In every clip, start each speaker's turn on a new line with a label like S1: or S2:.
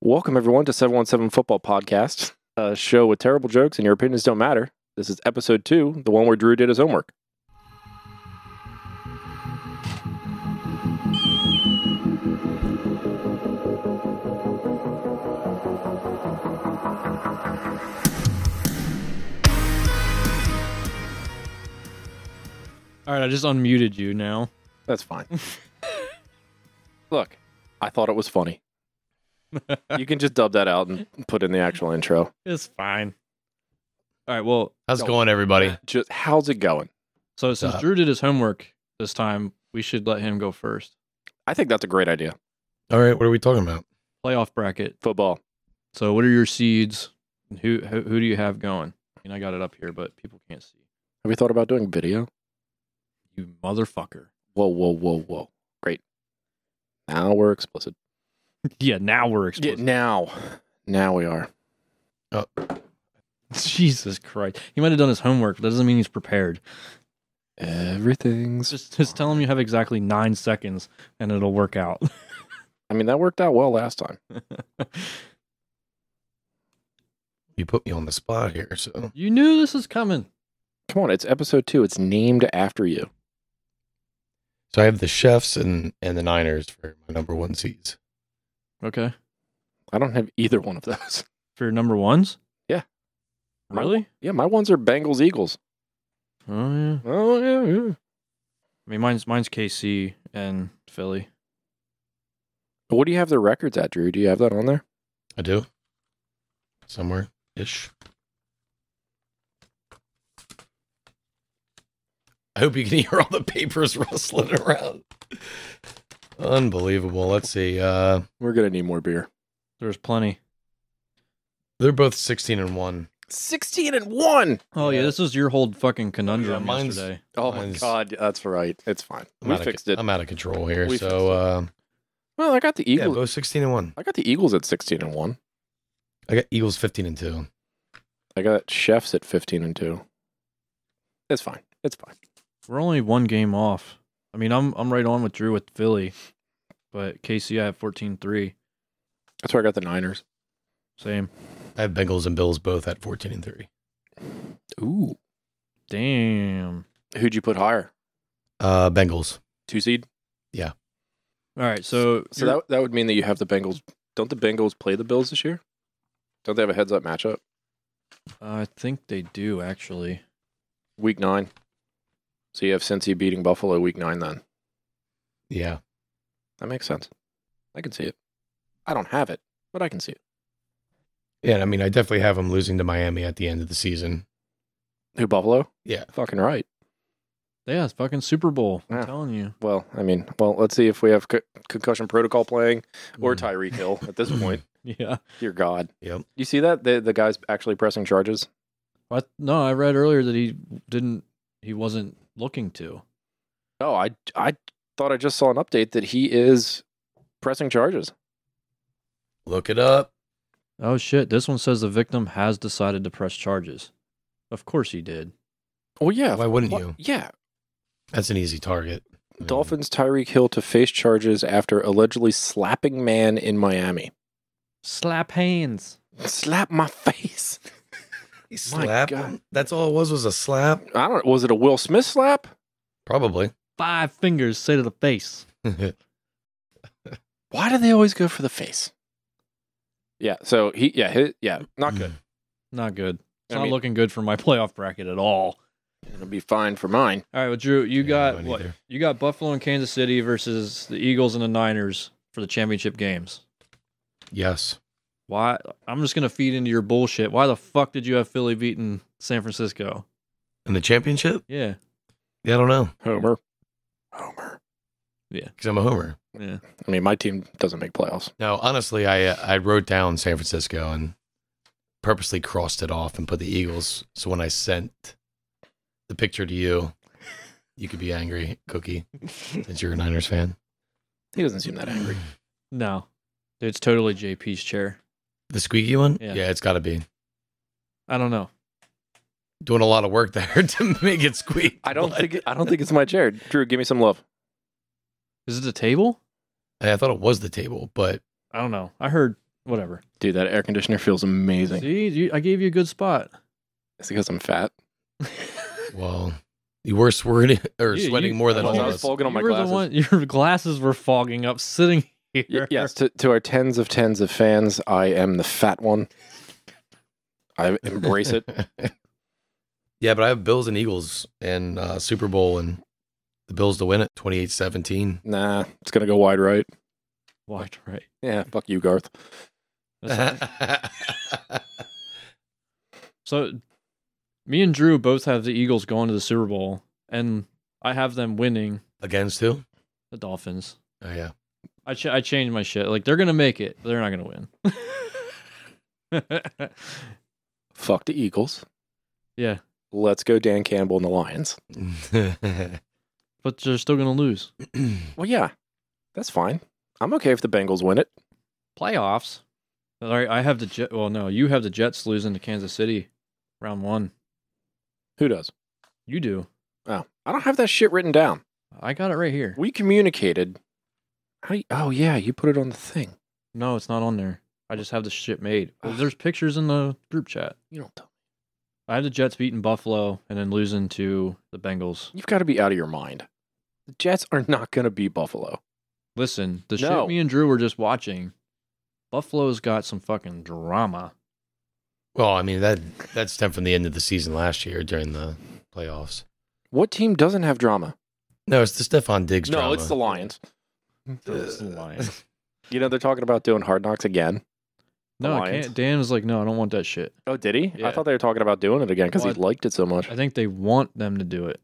S1: Welcome, everyone, to 717 Football Podcast, a show with terrible jokes and your opinions don't matter. This is episode two, the one where Drew did his homework.
S2: All right, I just unmuted you now.
S1: That's fine. Look, I thought it was funny. you can just dub that out and put in the actual intro.
S2: It's fine. All right, well,
S3: How's
S1: No.
S3: it going, everybody?
S1: Just how's it going?
S2: so since
S3: Uh,
S2: Drew did his homework this time, we should let him go first.
S1: I think that's a great idea.
S3: All right, what are we talking about?
S2: Playoff bracket.
S1: Football.
S2: So, what are your seeds? And who, who who do you have going? And I got it up here, but people can't see.
S1: Have you thought about doing video?
S2: You motherfucker.
S1: Whoa, whoa, whoa, whoa. Great. Now we're explicit.
S2: Yeah, now we're
S1: Yeah,
S2: exposed.
S1: now. Now we are.
S2: Jesus Christ. He might have done his homework, but that doesn't mean he's prepared.
S1: Everything's
S2: Just just tell him you have exactly nine seconds, and it'll work out.
S1: I mean, that worked out well last time.
S3: You put me on the spot here, so
S2: you knew this was coming.
S1: Come on, it's episode two. It's named after you.
S3: so I have the chefs and and the Niners for my number one seeds.
S2: Okay.
S1: I don't have either one of those.
S2: For your number ones?
S1: Yeah.
S2: Really?
S1: Yeah, my ones are Bengals Eagles.
S2: Oh yeah.
S1: Oh yeah, yeah.
S2: I mean, mine's mine's KC and Philly.
S1: What do you have their records at, Drew? Do you have that on there?
S3: I do somewhere ish. I hope you can hear all the papers rustling around. Unbelievable. Let's see. Uh,
S1: We're gonna need more beer.
S2: There's plenty.
S3: they're both sixteen and one.
S1: Sixteen and one.
S2: Oh yeah,
S3: Yeah.
S2: this was your whole fucking
S3: Yeah,
S2: conundrum
S3: mine's-
S2: yesterday.
S1: Oh my
S3: Mine's-
S1: god, that's right. It's fine.
S3: I'm
S1: we
S3: out of
S1: fixed
S3: co-
S1: it.
S3: I'm out of control here.
S1: We fixed it.
S3: so uh,
S1: Well, I got the
S3: yeah,
S1: Eagles.
S3: both sixteen and one.
S1: I got the Eagles at sixteen and one.
S3: I got Eagles fifteen and two.
S1: I got Chefs at fifteen and two. It's fine. It's fine.
S2: We're only one game off. I mean, I'm I'm right on with Drew with Philly, but KC I have 14-3.
S1: That's where I got the Niners.
S2: Same.
S3: I have Bengals and Bills both at 14 and 3.
S1: Ooh.
S2: Damn.
S1: Who'd you put higher?
S3: Uh, Bengals.
S1: Two seed.
S2: All right, so
S1: So that that would mean that you have the Bengals. Don't the Bengals play the Bills this year? Don't they have a heads up matchup?
S2: I think they do actually.
S1: Week nine. So you have Cincy beating Buffalo week nine then.
S3: Yeah.
S1: That makes sense. I can see it. I don't have it, but I can see it.
S3: Yeah. I mean, I definitely have them losing to Miami at the end of the season.
S1: Who Buffalo?
S3: Yeah.
S1: Fucking right.
S2: Yeah, it's fucking Super Bowl.
S1: Yeah.
S2: I'm telling you.
S1: Well, I mean, well, let's see if we have co- concussion protocol playing or
S3: Mm.
S1: Tyreek Hill at this point.
S2: Yeah.
S1: Dear God.
S3: Yep.
S1: You see that the the guy's actually pressing charges.
S2: What? No, I read earlier that he didn't. He wasn't looking to.
S1: Oh, I I thought I just saw an update that he is pressing charges.
S3: Look it up.
S2: Oh shit! This one says the victim has decided to press charges. Of course he did.
S1: Oh yeah.
S3: Why wouldn't
S1: What-
S3: you?
S1: Yeah.
S3: That's an easy target. I mean,
S1: Dolphins Tyreek Hill to face charges after allegedly slapping man in Miami.
S2: Slap hands.
S1: Slap my face.
S3: He
S1: My
S3: slapped
S1: God.
S3: him. That's all it was was a slap.
S1: I don't. Was it a Will Smith slap?
S3: Probably.
S2: Five fingers say to the face.
S1: Why do they always go for the face? Yeah. So he. Yeah. He, yeah.
S3: Hmm.
S1: Not good.
S2: Not good.
S1: I
S2: It's not
S1: mean-
S2: looking good for my playoff bracket at all.
S1: It'll be fine for mine.
S2: All right, well, Drew, you
S3: Yeah,
S2: got
S3: mine
S2: what?
S3: either.
S2: You got Buffalo and Kansas City versus the Eagles and the Niners for the championship games.
S3: Yes.
S2: Why? I'm just gonna feed into your bullshit. Why the fuck did you have Philly beating San Francisco?
S3: And the championship?
S2: Yeah.
S3: Yeah, I don't know.
S1: Homer. Homer.
S3: Because I'm a homer.
S2: Yeah.
S1: I mean, my team doesn't make playoffs.
S3: No, honestly, I uh, I wrote down San Francisco and purposely crossed it off and put the Eagles. So when I sent the picture to you, you could be angry, Cookie, since you're a Niners fan.
S1: He doesn't seem that angry.
S2: No. Dude, it's totally JP's chair.
S3: The squeaky one?
S2: Yeah.
S3: it's got to be.
S2: I don't know.
S3: Doing a lot of work there to make it squeak.
S1: I don't
S3: but-
S1: think. I don't think it's my chair. Drew, give me some love.
S2: Is it the table?
S3: I thought it was the table, but
S2: I don't know. I heard Whatever.
S1: Dude, that air conditioner feels amazing.
S2: See, you, I gave you a good spot.
S1: It's because I'm fat.
S3: Well, you were sweating or
S2: Yeah, you-
S3: sweating more than
S2: I
S1: I
S3: all
S1: was,
S2: was-
S3: of us.
S1: fogging on
S2: you
S1: my
S2: were
S1: glasses.
S2: the one. Your glasses were fogging up sitting here.
S1: Y- yes, to, to our tens of tens of fans, I am the fat one. I embrace it.
S3: yeah, but I have Bills and Eagles and uh, Super Bowl and the Bills to win it 28 17.
S1: Nah, it's gonna go wide right.
S2: Walked right.
S1: Yeah, fuck you, Garth.
S2: That's- so, me and Drew both have the Eagles going to the Super Bowl, and I have them winning
S3: Against who?
S2: the Dolphins.
S3: Oh, yeah.
S2: I ch- I changed my shit. Like they're gonna make it. They're not gonna win.
S1: Fuck the Eagles.
S2: yeah,
S1: Let's go Dan Campbell and the Lions.
S2: but they're still gonna lose
S1: Well, yeah, that's fine. I'm okay if the Bengals win it.
S2: playoffs. All right, I have the Jet. Well, no, you have the Jets losing to Kansas City, round one.
S1: Who does?
S2: You do.
S1: Oh, I don't have that shit written down.
S2: I got it right here.
S1: We communicated. How you, oh yeah, you put it on the thing.
S2: No, it's not on there. I just have the shit made. Well, There's pictures in the group chat.
S1: You don't. Tell
S2: I have the Jets beating Buffalo and then losing to the Bengals.
S1: You've got to be out of your mind. The Jets are not gonna beat Buffalo.
S2: Listen, the
S1: No.
S2: shit me and Drew were just watching. Buffalo's got some fucking drama.
S3: well, I mean, that that stemmed from the end of the season last year during the playoffs.
S1: What team doesn't have drama?
S3: No, it's the Stephon Diggs
S1: no,
S3: drama.
S1: it's the Lions.
S2: It's the Lions.
S1: You know they're talking about doing hard knocks again.
S2: No, I
S1: Lions.
S2: can't. Dan was like, no, I don't want that shit.
S1: Oh, did he? Uh, I
S2: Yeah.
S1: thought they were talking about doing it again because he
S2: Well, I-
S1: liked it so much.
S2: I think they want them to do it.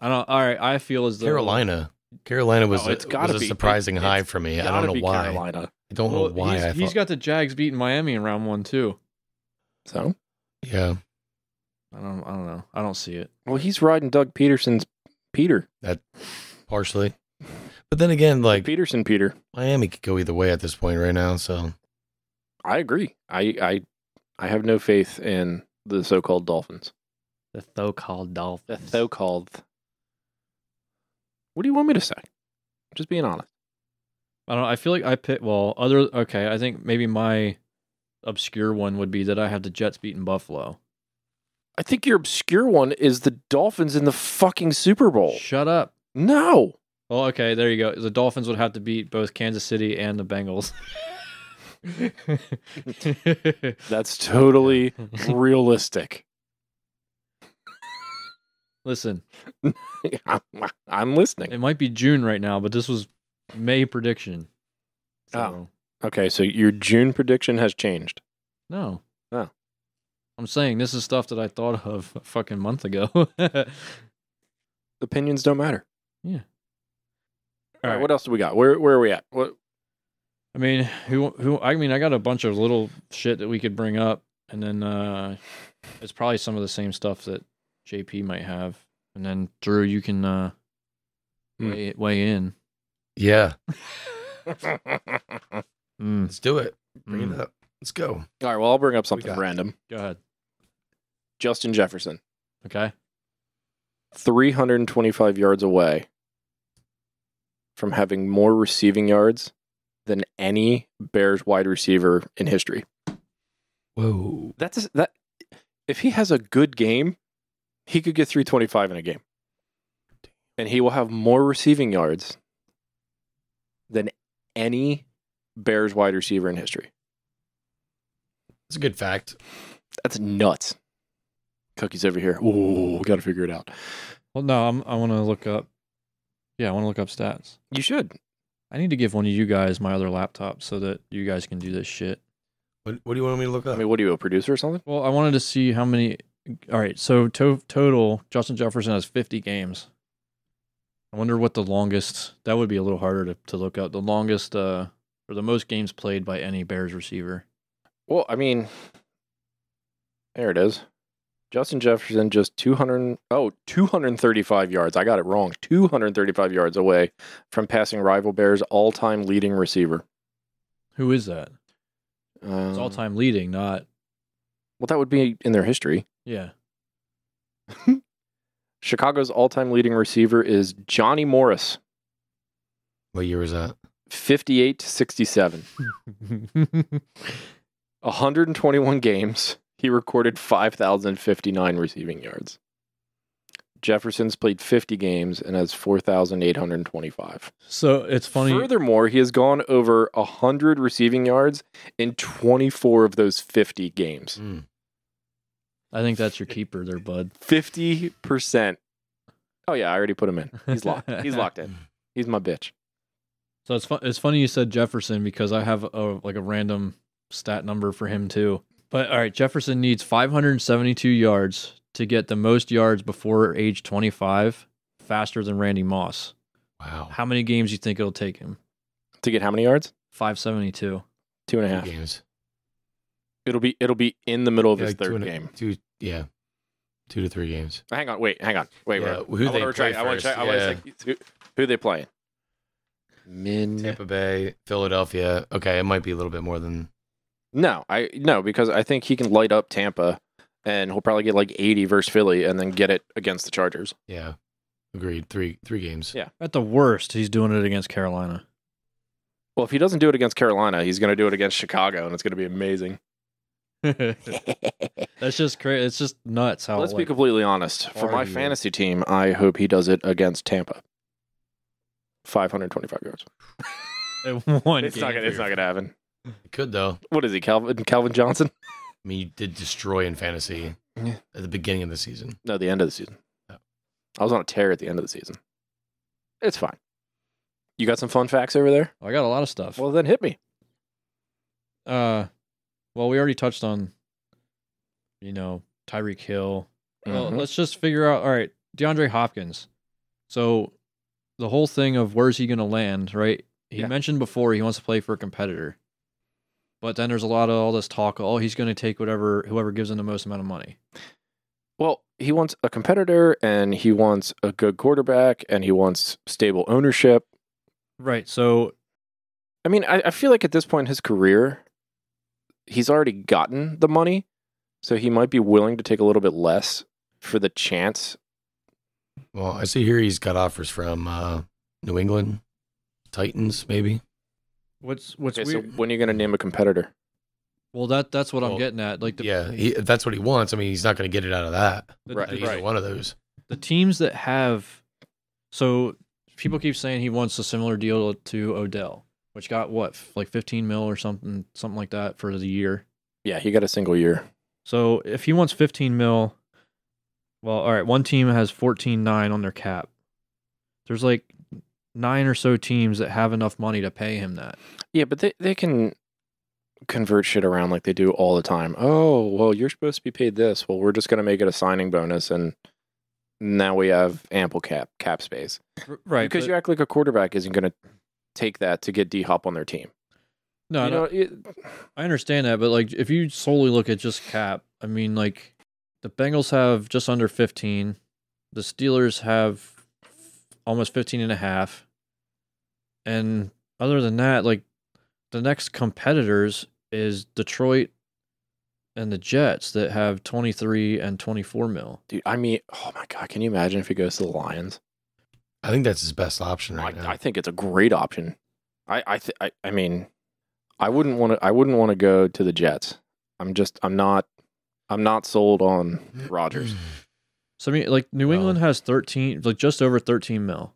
S2: I don't. All right, I feel as though
S3: Carolina. Carolina was,
S1: Oh, it's
S3: a,
S1: gotta
S3: was a
S1: be-
S3: surprising
S1: it-
S3: high
S1: it's
S3: for me. I
S1: Gotta
S3: don't know
S1: be
S3: why.
S1: Carolina.
S3: I don't
S2: Well,
S3: know why.
S2: he's-
S3: I
S2: he's
S3: thought,
S2: got the Jags beating Miami in round one too.
S1: So,
S3: yeah,
S2: I don't. I don't know. I don't see it.
S1: well, he's riding Doug Peterson's Peter.
S3: partially. But then again, like
S1: Peterson Peter.
S3: Miami could go either way at this point right now. So
S1: I agree. I I I have no faith in the so-called Dolphins.
S2: The so-called
S1: The
S2: Dolphins.
S1: so-called. What do you want me to say? Just being honest.
S2: I don't. I feel like I pick. Well, other. Okay, I think maybe my obscure one would be that I have the Jets beating Buffalo.
S1: I think your obscure one is the Dolphins in the fucking Super Bowl.
S2: Shut up.
S1: No.
S2: Well, okay, there you go. The Dolphins would have to beat both Kansas City and the Bengals.
S1: That's totally realistic.
S2: Listen,
S1: I'm, I'm listening.
S2: it might be June right now, but this was May prediction. So,
S1: Okay, so your June prediction has changed.
S2: No.
S1: Oh.
S2: I'm saying this is stuff that I thought of a fucking month ago. All right,
S1: Opinions don't matter. All right,
S2: what
S1: what else do we got? Where where are we at? What
S2: I mean, who who I mean, I got a bunch of little shit that we could bring up and then uh it's probably some of the same stuff that JP might have. And then Drew, you can uh
S1: Hmm.
S2: weigh, weigh in.
S3: yeah,
S1: All
S2: Mm,
S3: let's do it. Bring
S2: mm.
S3: it up. Let's go.
S1: right, well, I'll bring up something
S3: got?
S1: random.
S2: Go ahead.
S1: Justin Jefferson,
S2: Okay.
S1: 325 yards away from having more receiving yards than any Bears wide receiver in history.
S3: Whoa.
S1: That's that if he has a good game, he could get 325 in a game. And he will have more receiving yards than any Bears wide receiver in history.
S3: That's a good fact.
S1: That's nuts. Cookie's over here. Ooh, got to figure it out.
S2: Well, no, I'm, I want to look up Yeah, I want to look up stats.
S1: You should.
S2: I need to give one of you guys my other laptop so that you guys can do this shit.
S3: What, what do you want me to look
S1: I
S3: up?
S1: mean, what are you, a producer or something?
S2: Well, I wanted to see how many. All right, so to- total, Justin Jefferson has 50 games. I wonder what the longest. That would be a little harder to, to look up. The longest uh, or the most games played by any Bears receiver.
S1: Well, I mean, there it is. Justin Jefferson just 200 oh 235 yards. I got it wrong. 235 yards away from passing rival Bears all-time leading receiver.
S2: Who is that?
S1: Um,
S2: It's all time leading, not
S1: Well, that would be in their history.
S2: yeah.
S1: Chicago's all-time leading receiver is Johnny Morris,
S3: what year was that?
S1: 58 to 67. 121 games. He recorded 5,059 receiving yards. Jefferson's played 50 games and has 4,825.
S2: so it's funny.
S1: Furthermore, he has gone over 100 receiving yards in 24 of those 50 games.
S3: Mm.
S2: I think that's your keeper there, bud.
S1: 50%. Oh, yeah, I already put him in. He's locked. He's locked in. He's my bitch.
S2: So it's fun. It's funny you said Jefferson because I have a like a random stat number for him too. But all right, Jefferson needs 572 yards to get the most yards before age 25, faster than Randy Moss.
S3: Wow.
S2: How many games do you think it'll take him?
S1: To get how many yards?
S2: 572.
S1: Two and a
S3: Two
S1: half.
S3: games.
S1: It'll be it'll be in the middle of
S3: Yeah,
S1: his
S3: like two
S1: third
S3: and a-
S1: game.
S3: Two, yeah, two to three games.
S1: Hang on, wait, hang on, wait,
S3: Yeah,
S1: wait.
S3: who
S1: I
S3: they
S1: wanna retract-
S3: play
S1: I want to
S3: first,
S1: check. I want
S3: yeah.
S1: to check who, who they playing. Min.
S3: Tampa Bay, Philadelphia. Okay, it might be a little bit more than.
S1: No, I no because I think he can light up Tampa, and he'll probably get like eighty versus Philly, and then get it against the Chargers.
S3: Yeah, agreed. Three three games.
S1: Yeah.
S2: At the worst, he's doing it against Carolina.
S1: Well, if he doesn't do it against Carolina, he's going to do it against Chicago, and it's going to be amazing.
S2: That's just crazy. It's just nuts how
S1: Let's be
S2: like,
S1: completely honest. For my
S3: hard he is.
S1: fantasy team, I hope he does it against Tampa. Five hundred twenty-five yards.
S2: one
S1: It's not
S2: game.
S1: gonna. It's not gonna happen.
S3: It could though.
S1: What is he, Calvin? Calvin Johnson?
S3: I mean, you did destroy in fantasy
S1: Yeah.
S3: at the beginning of the season.
S1: No, the end of the season.
S3: Oh.
S1: I was on a tear at the end of the season. It's fine. You got some fun facts over there?
S2: I got a lot of stuff.
S1: Well, then hit me.
S2: uh well we already touched on you know Tyreek Hill. Well,
S1: Mhm.
S2: Uh, let's just figure out all right, DeAndre Hopkins. So the whole thing of where's he going to land, right? He
S1: Yeah.
S2: mentioned before he wants to play for a competitor. But then there's a lot of all this talk, oh, he's going to take whatever whoever gives him the most amount of money.
S1: Well, he wants a competitor and he wants a good quarterback and he wants stable ownership.
S2: Right. So
S1: I mean, I, I feel like at this point in his career, he's already gotten the money. So he might be willing to take a little bit less for the chance.
S3: Well, I see here he's got offers from uh, New England Titans, maybe.
S2: what's what's
S1: Okay, so
S2: weird?
S1: when are you going to name a competitor?
S2: well, that that's what I'm
S3: Well,
S2: getting at. Like the
S3: yeah, he, if that's what he wants. I mean, he's not going to get it out of that.
S2: the,
S1: Right,
S3: out of
S2: the-
S3: Either
S1: right.
S3: one of those.
S2: the teams that have so people keep saying he wants a similar deal to Odell, which got what f- like 15 mil or something something like that for the year.
S1: Yeah, he got a single year.
S2: So if he wants 15 mil, well, all right, one team has 14.9 on their cap. There's like nine or so teams that have enough money to pay him that.
S1: Yeah, but they, they can convert shit around like they do all the time. Oh, well, you're supposed to be paid this. Well, we're just going to make it a signing bonus and now we have ample cap cap space.
S2: Right,
S1: because you act like a quarterback isn't going to take that to get D Hop on their team.
S2: no,
S1: you
S2: no,
S1: know, it-
S2: I understand that, but like if you solely look at just cap, I mean like the Bengals have just under 15, the Steelers have almost 15 and a half. And other than that, like the next competitors is Detroit and the Jets that have 23 and 24 mil.
S1: dude, I mean, oh my god, can you imagine if he goes to the Lions?
S3: I think that's his best option right now.
S1: I, I think it's a great option. I I, th- I I mean, I wouldn't want to. I wouldn't want to go to the Jets. I'm just. I'm not. I'm not sold on Rodgers.
S2: So I mean, like New
S3: Well-
S2: England has thirteen, like just over thirteen mil,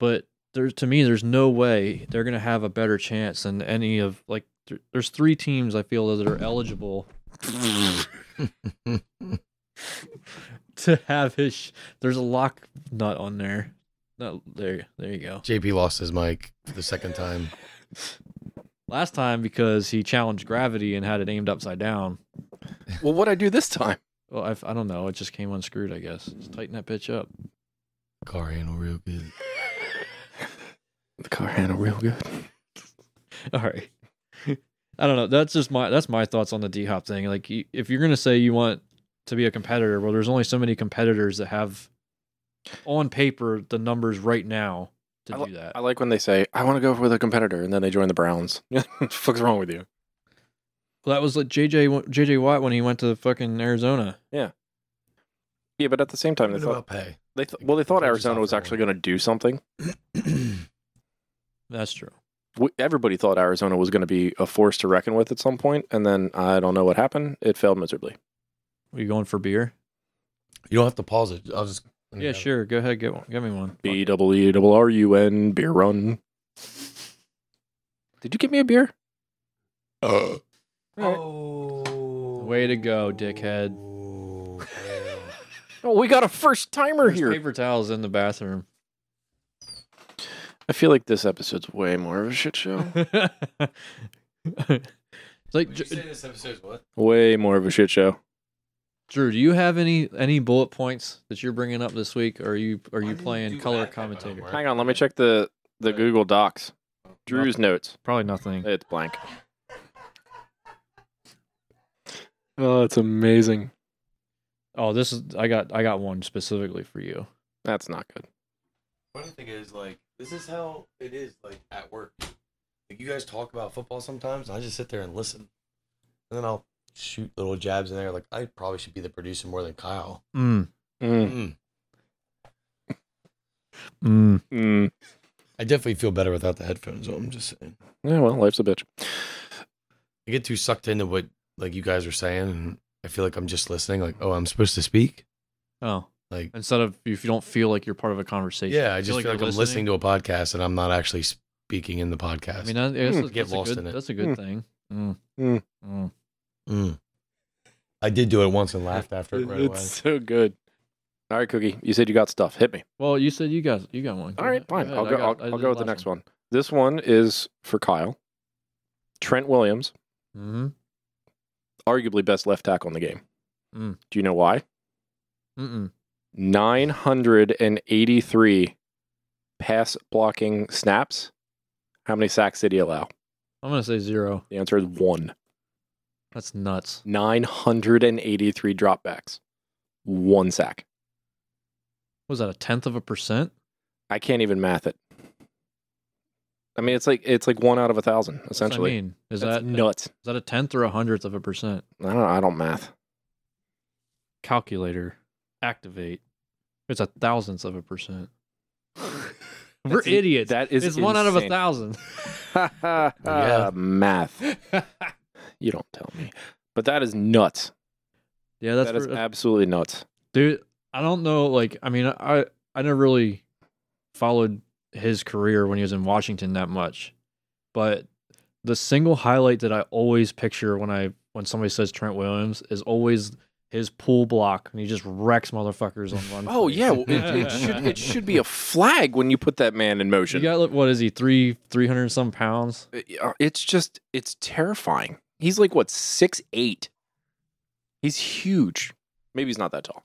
S2: but there's to me, there's no way they're gonna have a better chance than any of like. Th- there's three teams I feel that are eligible to have his. Sh- there's a lock nut on there. No, there, there you go.
S3: JP lost his mic for the second time.
S2: Last time because he challenged gravity and had it aimed upside down.
S1: well, what I do this time?
S2: Well, I've, I don't know. It just came unscrewed, I guess. Just tighten that bitch up.
S3: Car handle real good.
S1: The car handled real good.
S2: All right. I don't know. That's just my that's my thoughts on the D Hop thing. Like, you- if you're gonna say you want to be a competitor, well, there's only so many competitors that have on paper the numbers right now to
S1: li-
S2: do that.
S1: I like when they say, "I want to go with a competitor," and then they join the Browns. What the fuck's wrong with you?
S2: well, that was like JJ wa- JJ Watt when he went to fucking Arizona.
S1: Yeah, but at the same time, they
S3: What
S1: thought,
S3: about pay?
S1: they th- well, they thought
S3: Chargers
S1: Arizona was
S3: offer
S1: actually going to do something.
S2: That's true.
S1: w- everybody thought Arizona was going to be a force to reckon with at some point, and then I don't know what happened. It failed miserably.
S2: Are you going for beer?
S3: You don't have to pause it. I'll just
S2: Yeah, sure. Go ahead. Get one. Get me one.
S1: B double E double R U N beer run. Did you get me a beer?
S3: Uh,
S1: Oh.
S2: Way to go, dickhead.
S1: Oh, we got a first timer
S2: There's
S1: here.
S2: paper towels in the bathroom.
S1: I feel like this episode's way more of a shit show.
S2: it's like Dr-
S3: this episode's what?
S1: way more of a shit show.
S2: Drew. Do you have any any bullet points that you're bringing up this week? Or are you are
S3: Why
S2: you
S3: do you
S2: playing
S3: do
S2: color
S3: that type of
S2: commentator?
S3: homework?
S1: Hang on, let me check the the Google Docs. Drew's notes.
S2: Probably nothing.
S1: It's blank. Oh, it's amazing.
S2: Oh, this is I got I got one specifically for you.
S1: That's not good.
S3: Funny thing is, like, this is how it is, like, at work. Like, you guys talk about football sometimes, and I just sit there and listen. And then I'll shoot little jabs in there. Like, I probably should be the producer more than Kyle.
S2: Mm,
S1: Mm,
S3: Mm.
S2: mm.
S1: mm.
S3: I definitely feel better without the headphones on. I'm just saying.
S1: Yeah, well, life's a bitch.
S3: I get too sucked into what, like, you guys are saying. And I feel like I'm just listening. Like, oh, I'm supposed to speak?
S2: Oh,
S3: Like,
S2: instead of if you don't feel like you're part of a conversation.
S3: yeah, I just feel like, I'm
S2: you're
S3: listening. to a podcast and I'm not actually speaking in the podcast.
S2: I mean, I, that's,
S1: Mm.
S2: that's
S3: Get
S2: a
S3: lost
S2: good,
S3: in it.
S2: That's a good thing. Mm.
S1: Mm.
S2: Mm.
S3: Mm. I did do it once and laughed after it right away.
S1: it's so good. All right, Cookie, you said you got stuff. Hit me.
S2: Well, you said you guys you got one.
S1: All right,
S2: Go
S1: fine.
S2: ahead.
S1: I'll
S2: I
S1: go.
S2: got- I
S1: I'll, I'll
S2: did
S1: go with the
S2: last
S1: next one. This one is for Kyle. Trent Williams, arguably best left tackle in the game.
S2: Mm.
S1: Do you know why?
S2: Mhm.
S1: 983 pass blocking snaps. How many sacks did he allow?
S2: I'm gonna say zero.
S1: The answer is one.
S2: That's nuts.
S1: 983 dropbacks, one sack.
S2: Was that a tenth of a percent?
S1: I can't even math it. I mean, it's like it's like one out of a thousand
S2: That's what I
S1: essentially.
S2: mean. is
S1: That's
S2: that
S1: nuts?
S2: is that a tenth or a hundredth of a percent?
S1: I don't. I don't math.
S2: Calculator, activate. It's a thousandth of a percent. We're
S1: That's in-
S2: idiots.
S1: That
S2: it's
S1: is
S2: one out of a
S1: insane.
S2: thousand.
S1: yeah. math. You don't tell me. But that is nuts.
S2: yeah, that's
S1: That is
S2: for- uh,
S1: absolutely nuts.
S2: dude i don't know like i mean i i never really followed his career when he was in washington that much but the single highlight that i always picture when i when somebody says trent williams is always his pull block and he just wrecks motherfuckers on one
S1: Oh
S2: play.
S1: yeah, well, it, it should it should be a flag when you put that man in
S2: you
S1: motion.
S2: got like, what is he three three hundred and some pounds
S1: Uh, It's just it's terrifying. He's like what six eight. He's huge. Maybe he's not that tall.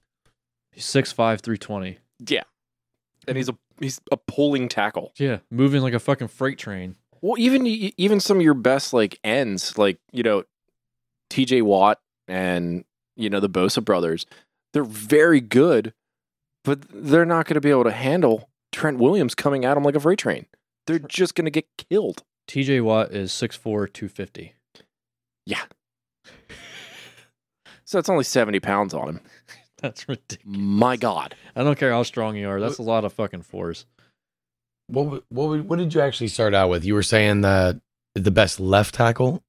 S2: he's six five three twenty
S1: Yeah,
S2: Mm-hmm.
S1: and he's a he's a pulling tackle.
S2: yeah moving like a fucking freight train
S1: Well, even even some of your best like ends, like you know, T.J. Watt and you know the Bosa brothers, they're very good, but they're not going to be able to handle Trent Williams coming at them like a freight train. They're just going to get killed.
S2: tj watt is six four two fifty
S1: So that's only seventy pounds on him.
S2: that's ridiculous
S1: My God,
S2: i don't care how strong you are that's a lot of fucking force
S3: What w- what w- what did you actually start out with? You were saying that the best left tackle,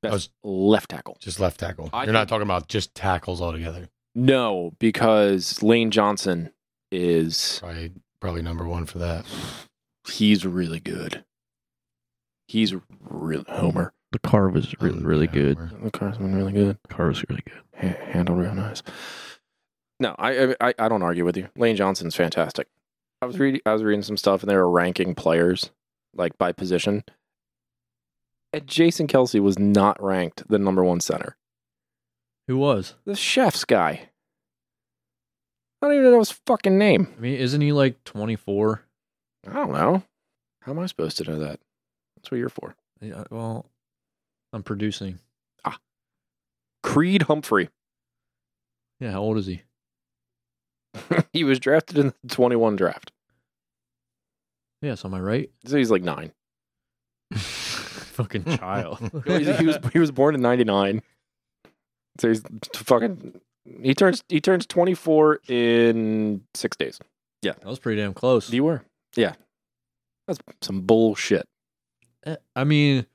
S1: best
S3: was-
S1: left tackle.
S3: just left tackle.
S1: I
S3: You're not
S1: think-
S3: talking about just tackles altogether.
S1: No, because Lane Johnson is
S3: Probably probably number one for that.
S1: he's really good. He's really Homer.
S2: the car was
S1: The car's been really good.
S2: car was really good.
S1: ha- handled real nice. No, I, I- I I don't argue with you. Lane Johnson's fantastic. I was reading I was reading some stuff and they were ranking players like by position. And Jason Kelsey was not ranked the number one center.
S2: Who was?
S1: The chef's guy. I don't even know his fucking name.
S2: I mean, isn't he like 24?
S1: I don't know. How am I supposed to know that? That's what you're for.
S2: Yeah, well, I'm producing.
S1: Creed Humphrey.
S2: Yeah, how old is he?
S1: he was drafted in the 21 draft.
S2: Yes, am I right?
S1: So he's like nine.
S2: Fucking child.
S1: he was he was born in '99. So he's t- fucking. He turns he turns 24 in six days.
S2: that was pretty damn close.
S1: You were, yeah. That's some bullshit.
S2: Eh, I mean,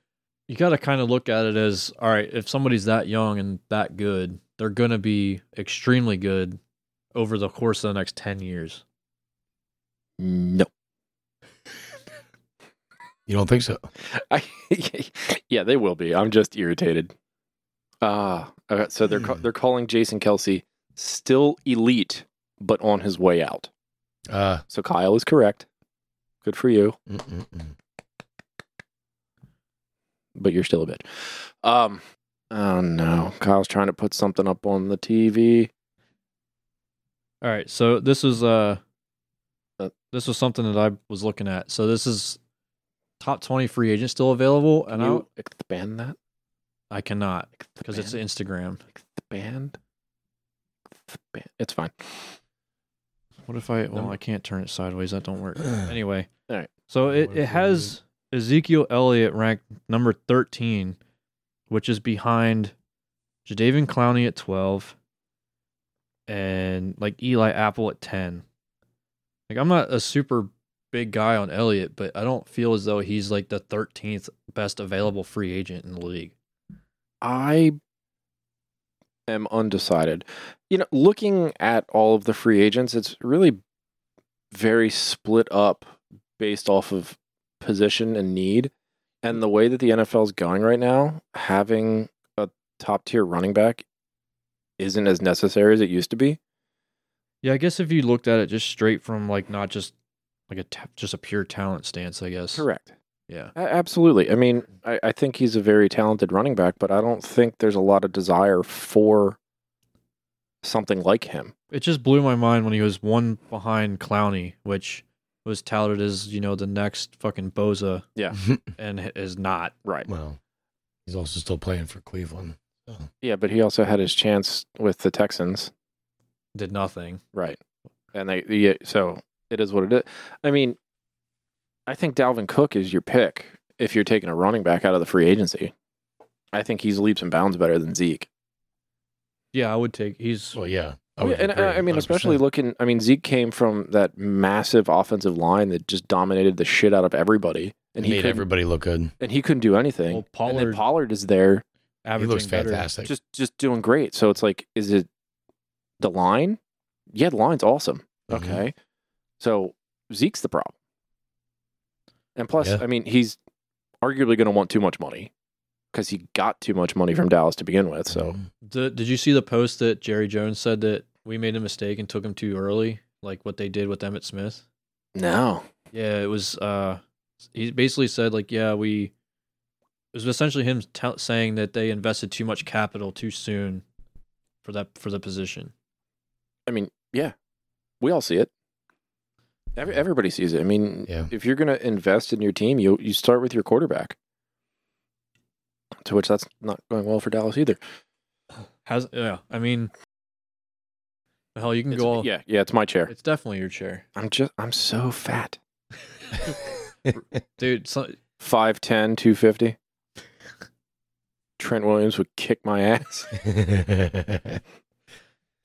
S2: you got to kind of look at it as all right, if somebody's that young and that good, they're going to be extremely good over the course of the next 10 years.
S1: No.
S3: You don't think so?
S1: I, yeah, they will be. I'm just irritated. Ah, all right, so they're ca-
S3: Hmm.
S1: they're calling Jason Kelsey still elite, but on his way out.
S3: Uh,
S1: So Kyle is correct. Good for you,
S3: mm, mm, mm.
S1: but you're still a bitch. Um, oh no, Kyle's trying to put something up on the TV.
S2: All right, so this is uh
S1: Uh,
S2: this was something that I was looking at. So this is top 20 free agents still available
S1: Can
S2: and
S1: you expand that?
S2: I I cannot because it's
S1: Expand?
S2: Instagram.
S1: expand. Expand. It's fine.
S2: What if I? Well,
S1: Number-
S2: I can't turn it sideways. That don't work. anyway,
S1: All right.
S2: So it,
S3: What
S2: it
S3: if we
S2: has Ezekiel Elliott ranked number thirteen, which is behind Jadavian Clowney at twelve, and like Eli Apple at ten. Like I'm not a super big guy on Elliott, but I don't feel as though he's like the thirteenth best available free agent in the league.
S1: I am undecided. You know, looking at all of the free agents, it's really very split up based off of position and need. And the way that the NFL is going right now, having a top tier running back isn't as necessary as it used to be.
S2: Yeah, I guess if you looked at it just straight from like not just like a ta- just a pure talent stance, I guess.
S1: Correct.
S2: Yeah.
S1: A- Absolutely. I mean, I, I think he's a very talented running back, but I don't think there's a lot of desire for something like him.
S2: it just blew my mind when he was one behind Clowney, which was touted as you know the next fucking Boza, and h- is not.
S1: Right.
S3: well, he's also still playing for Cleveland.
S1: Yeah, but he also had his chance with the Texans.
S2: Did nothing.
S1: Right. And they, yeah, so it is what it is. I mean, I think Dalvin Cook is your pick if you're taking a running back out of the free agency. I think he's leaps and bounds better than Zeke.
S2: Yeah, I would take. He's
S3: Well, yeah.
S1: Oh,
S3: would
S1: yeah, and
S3: concur
S1: I, I mean, especially
S3: 100%.
S1: looking. I mean, Zeke came from that massive offensive line that just dominated the shit out of everybody, and
S3: It
S1: he
S3: made
S1: couldn't-
S3: everybody look good.
S1: and he couldn't do anything.
S2: well,
S1: Pollard, and
S2: Pollard.
S1: then Pollard is there,
S3: He
S2: averaging
S3: looks
S2: better.
S3: fantastic.
S1: just just doing great. So it's like, is it the line? Yeah, the line's awesome.
S3: Mhm.
S2: Mm-hmm.
S1: Okay, so Zeke's the problem, and plus,
S3: Yeah.
S1: I mean, he's arguably going to want too much money because he got too much money from Dallas to begin with. So
S3: Mhm.
S2: The- did you see the post that Jerry Jones said that we made a mistake and took him too early, like what they did with Emmett Smith? Mm-hmm.
S1: no,
S2: Yeah, it was. uh He basically said like, yeah, we. It was essentially him tell saying that they invested too much capital too soon, for that for the position.
S1: I mean, yeah, we all see it. Every, everybody sees it. I mean,
S3: Yeah.
S1: if you're going to invest in your team, you you start with your quarterback. To which that's not going well for Dallas either.
S2: Has yeah, I mean, hell, you can
S1: It's-
S2: go. all-
S1: yeah, yeah, it's my chair.
S2: it's definitely your chair,
S1: I'm just I'm so fat.
S2: dude. So,
S1: 5'10", 250. Trent Williams would kick my ass.
S3: Mm-hmm.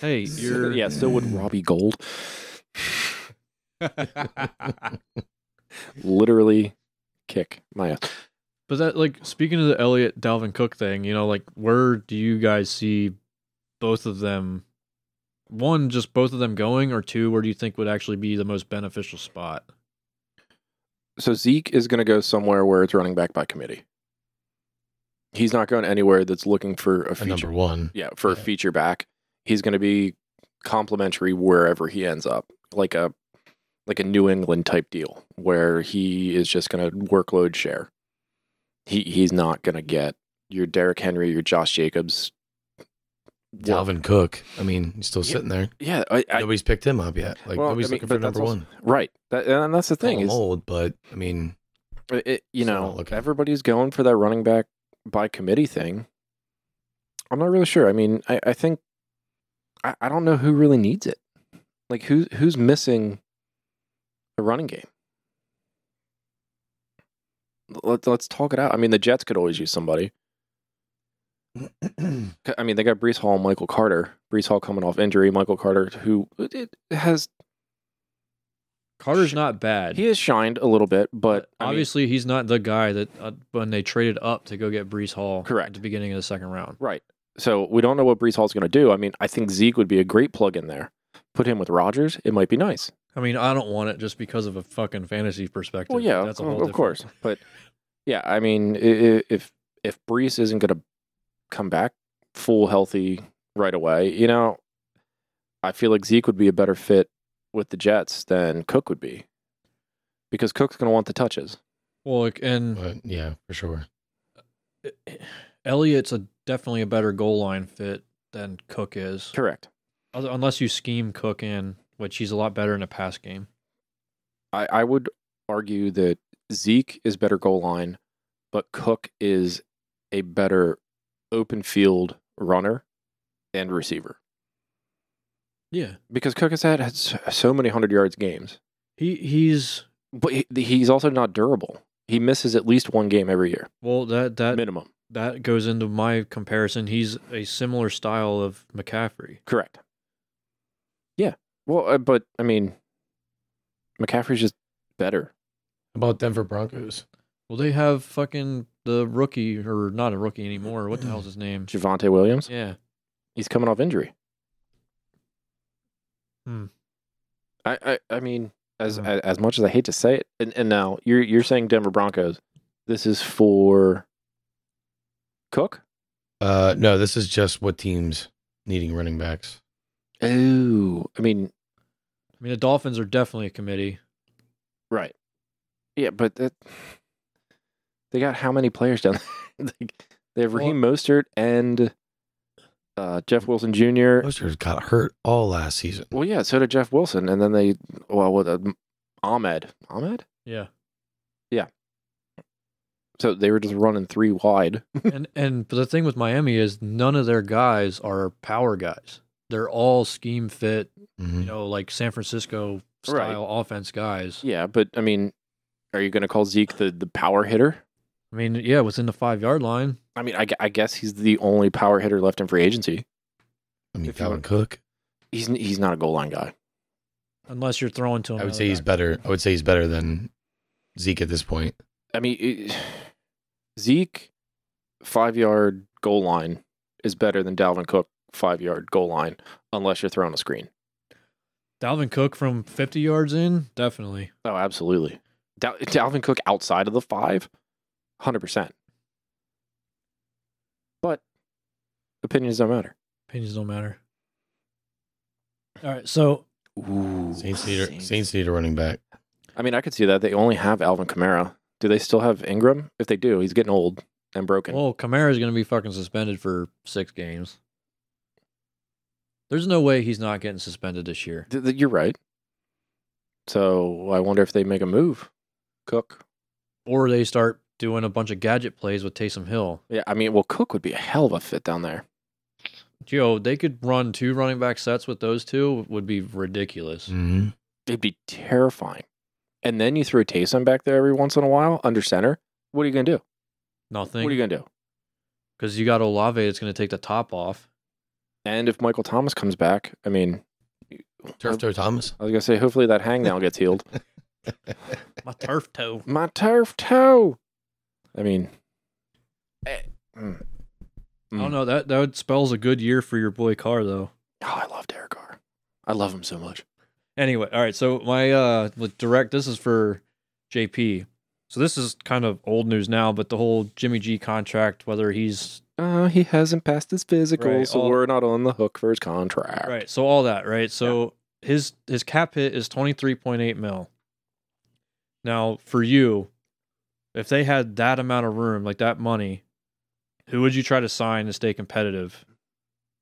S2: hey, you're
S1: yeah, so would Robbie Gold.
S2: but
S1: Literally kick my ass.
S2: that like speaking of the Elliot Dalvin Cook thing, you know, like where do you guys see both of them? One, just both of them going, or two, where do you think would actually be the most beneficial spot?
S1: so Zeke is going to go somewhere where it's running back by committee. He's not going anywhere that's looking for a
S3: A number
S1: feature.
S3: one.
S1: yeah, for a
S3: Yeah.
S1: feature back. He's going to be complimentary wherever he ends up, like a like a New England type deal where he is just going to workload share. He he's not going to get your Derrick Henry, your Josh Jacobs.
S3: Dalvin Cook. I mean, he's still
S1: Yeah.
S3: sitting there.
S1: Yeah, I, I,
S3: nobody's picked him up yet. Like
S1: Well,
S3: nobody's
S1: I mean,
S3: looking
S1: but
S3: for
S1: that's
S3: number
S1: also-
S3: one.
S1: right. That, and that's the thing
S3: Call him
S1: is
S3: old, but I mean,
S1: It- It, you
S3: Still not
S1: know,
S3: looking.
S1: everybody's going for that running back by committee thing. I'm not really sure. I mean, I, I think I, I don't know who really needs it. Like who who's missing a running game? Let's let's talk it out. I mean, the Jets could always use somebody. I mean, they got Brees Hall and Michael Carter. Brees Hall coming off injury. Michael Carter, who it has
S2: Carter's not bad.
S1: He has shined a little bit, but I mean,
S2: obviously he's not the guy that uh, when they traded up to go get Brees Hall
S1: Correct.
S2: at the beginning of the second round.
S1: right. So we don't know what Brees Hall's going to do. I mean, I think Zeke would be a great plug in there. Put him with Rogers, it might be nice.
S2: I mean, I don't want it just because of a fucking fantasy perspective.
S1: Well, yeah,
S2: that's a
S1: of-
S2: whole
S1: of
S2: different-
S1: course, but yeah, I mean, i- i- if if Brees isn't going to come back full healthy right away, you know, I feel like Zeke would be a better fit with the Jets than Cook would be, because Cook's going to want the touches.
S2: Well, like, and
S3: But yeah, for sure.
S2: Elliott's a definitely a better goal line fit than Cook is,
S1: Correct.
S2: Other- unless you scheme Cook in, which he's a lot better in a pass game.
S1: I, I would argue that Zeke is better goal line, but Cook is a better open field runner and receiver
S2: Yeah,
S1: because Cook has had, had so- so many hundred yards games.
S2: he he's
S1: but he, he's also not durable. He misses at least one game every year,
S2: well that that
S1: minimum.
S2: that goes into my comparison. He's a similar style of McCaffrey.
S1: Correct. Yeah. Well, uh, but I mean, McCaffrey's just better.
S3: How about Denver Broncos?
S2: Well, they have fucking the rookie or not a rookie anymore. What the hell's his name?
S1: Javante Williams,
S2: Yeah,
S1: he's coming off injury.
S2: Hmm.
S1: I, I, I mean, as,
S2: Mhm.
S1: as as much as I hate to say it, and, and now you're you're saying Denver Broncos. This is for Cook.
S3: Uh, no, this is just what teams needing running backs.
S1: Oh, I mean,
S2: I mean the Dolphins are definitely a committee.
S1: Right. Yeah, but that, they got how many players down there? they, they have Raheem Mostert and uh, Jeff Wilson Jr.
S3: Posters got hurt all last season.
S1: Well, yeah, so did Jeff Wilson, and then they well, what uh, Ahmed, Ahmed.
S2: Yeah,
S1: So they were just running three wide.
S2: and and but the thing with Miami is none of their guys are power guys. They're all scheme fit,
S3: Mhm.
S2: you know, like San Francisco
S1: Right.
S2: style offense guys.
S1: Yeah, but I mean, are you going to call Zeke the the power hitter?
S2: I mean, yeah, within the five yard line.
S1: I mean, I, gu- I guess he's the only power hitter left in free agency.
S3: I mean,
S1: if you
S3: Dalvin
S1: want-
S3: Cook.
S1: He's he's not a goal line guy.
S2: Unless you're throwing to him,
S3: I would say he's better. I would say he's better than Zeke at this point.
S1: I mean, it, Zeke five yard goal line is better than Dalvin Cook five yard goal line, unless you're throwing a screen.
S2: Dalvin Cook from 50 yards in, definitely.
S1: Oh, absolutely. Dal- Dalvin Cook outside of the five, 100%. But opinions don't matter.
S2: Opinions don't matter. All right, so
S1: Ooh.
S3: Saints need a, Saints need a running back.
S1: I mean, I could see that. They only have Alvin Kamara. Do they still have Ingram? If they do, he's getting old and broken.
S2: well, oh, Kamara's going to be fucking suspended for six games. There's no way he's not getting suspended this year.
S1: Th- th- you're right. So I wonder if they make a move. Cook.
S2: Or they start doing a bunch of gadget plays with Taysom Hill.
S1: Yeah, I mean, well, Cook would be a hell of a fit down there.
S2: Yo, they could run two running back sets with those two would be ridiculous.
S3: Mm-hmm.
S1: It'd be terrifying. And then you throw Taysom back there every once in a while under center. What are you gonna do? What are you
S2: Nothing.
S1: gonna do?
S2: Because you got Olave that's going to take the top off.
S1: And if Michael Thomas comes back, I mean,
S3: Turf Toe Thomas.
S1: I was gonna say, hopefully that hangnail gets healed.
S2: My turf toe.
S1: My turf toe. I mean, eh, mm.
S2: I don't know. Oh, That, that spells a good year for your boy Carr, though.
S1: Oh, I love Derek Carr. I love him so much.
S2: Anyway, all right. So my uh with direct this is for JP. So this is kind of old news now, but the whole Jimmy G contract, whether he's
S1: Oh, he hasn't passed his physical,
S2: Right,
S1: so
S2: all-
S1: we're not on the hook for his contract.
S2: right, so all that, right? So his his cap hit is twenty three point eight mil. Now for you, if they had that amount of room, like that money, who would you try to sign to stay competitive?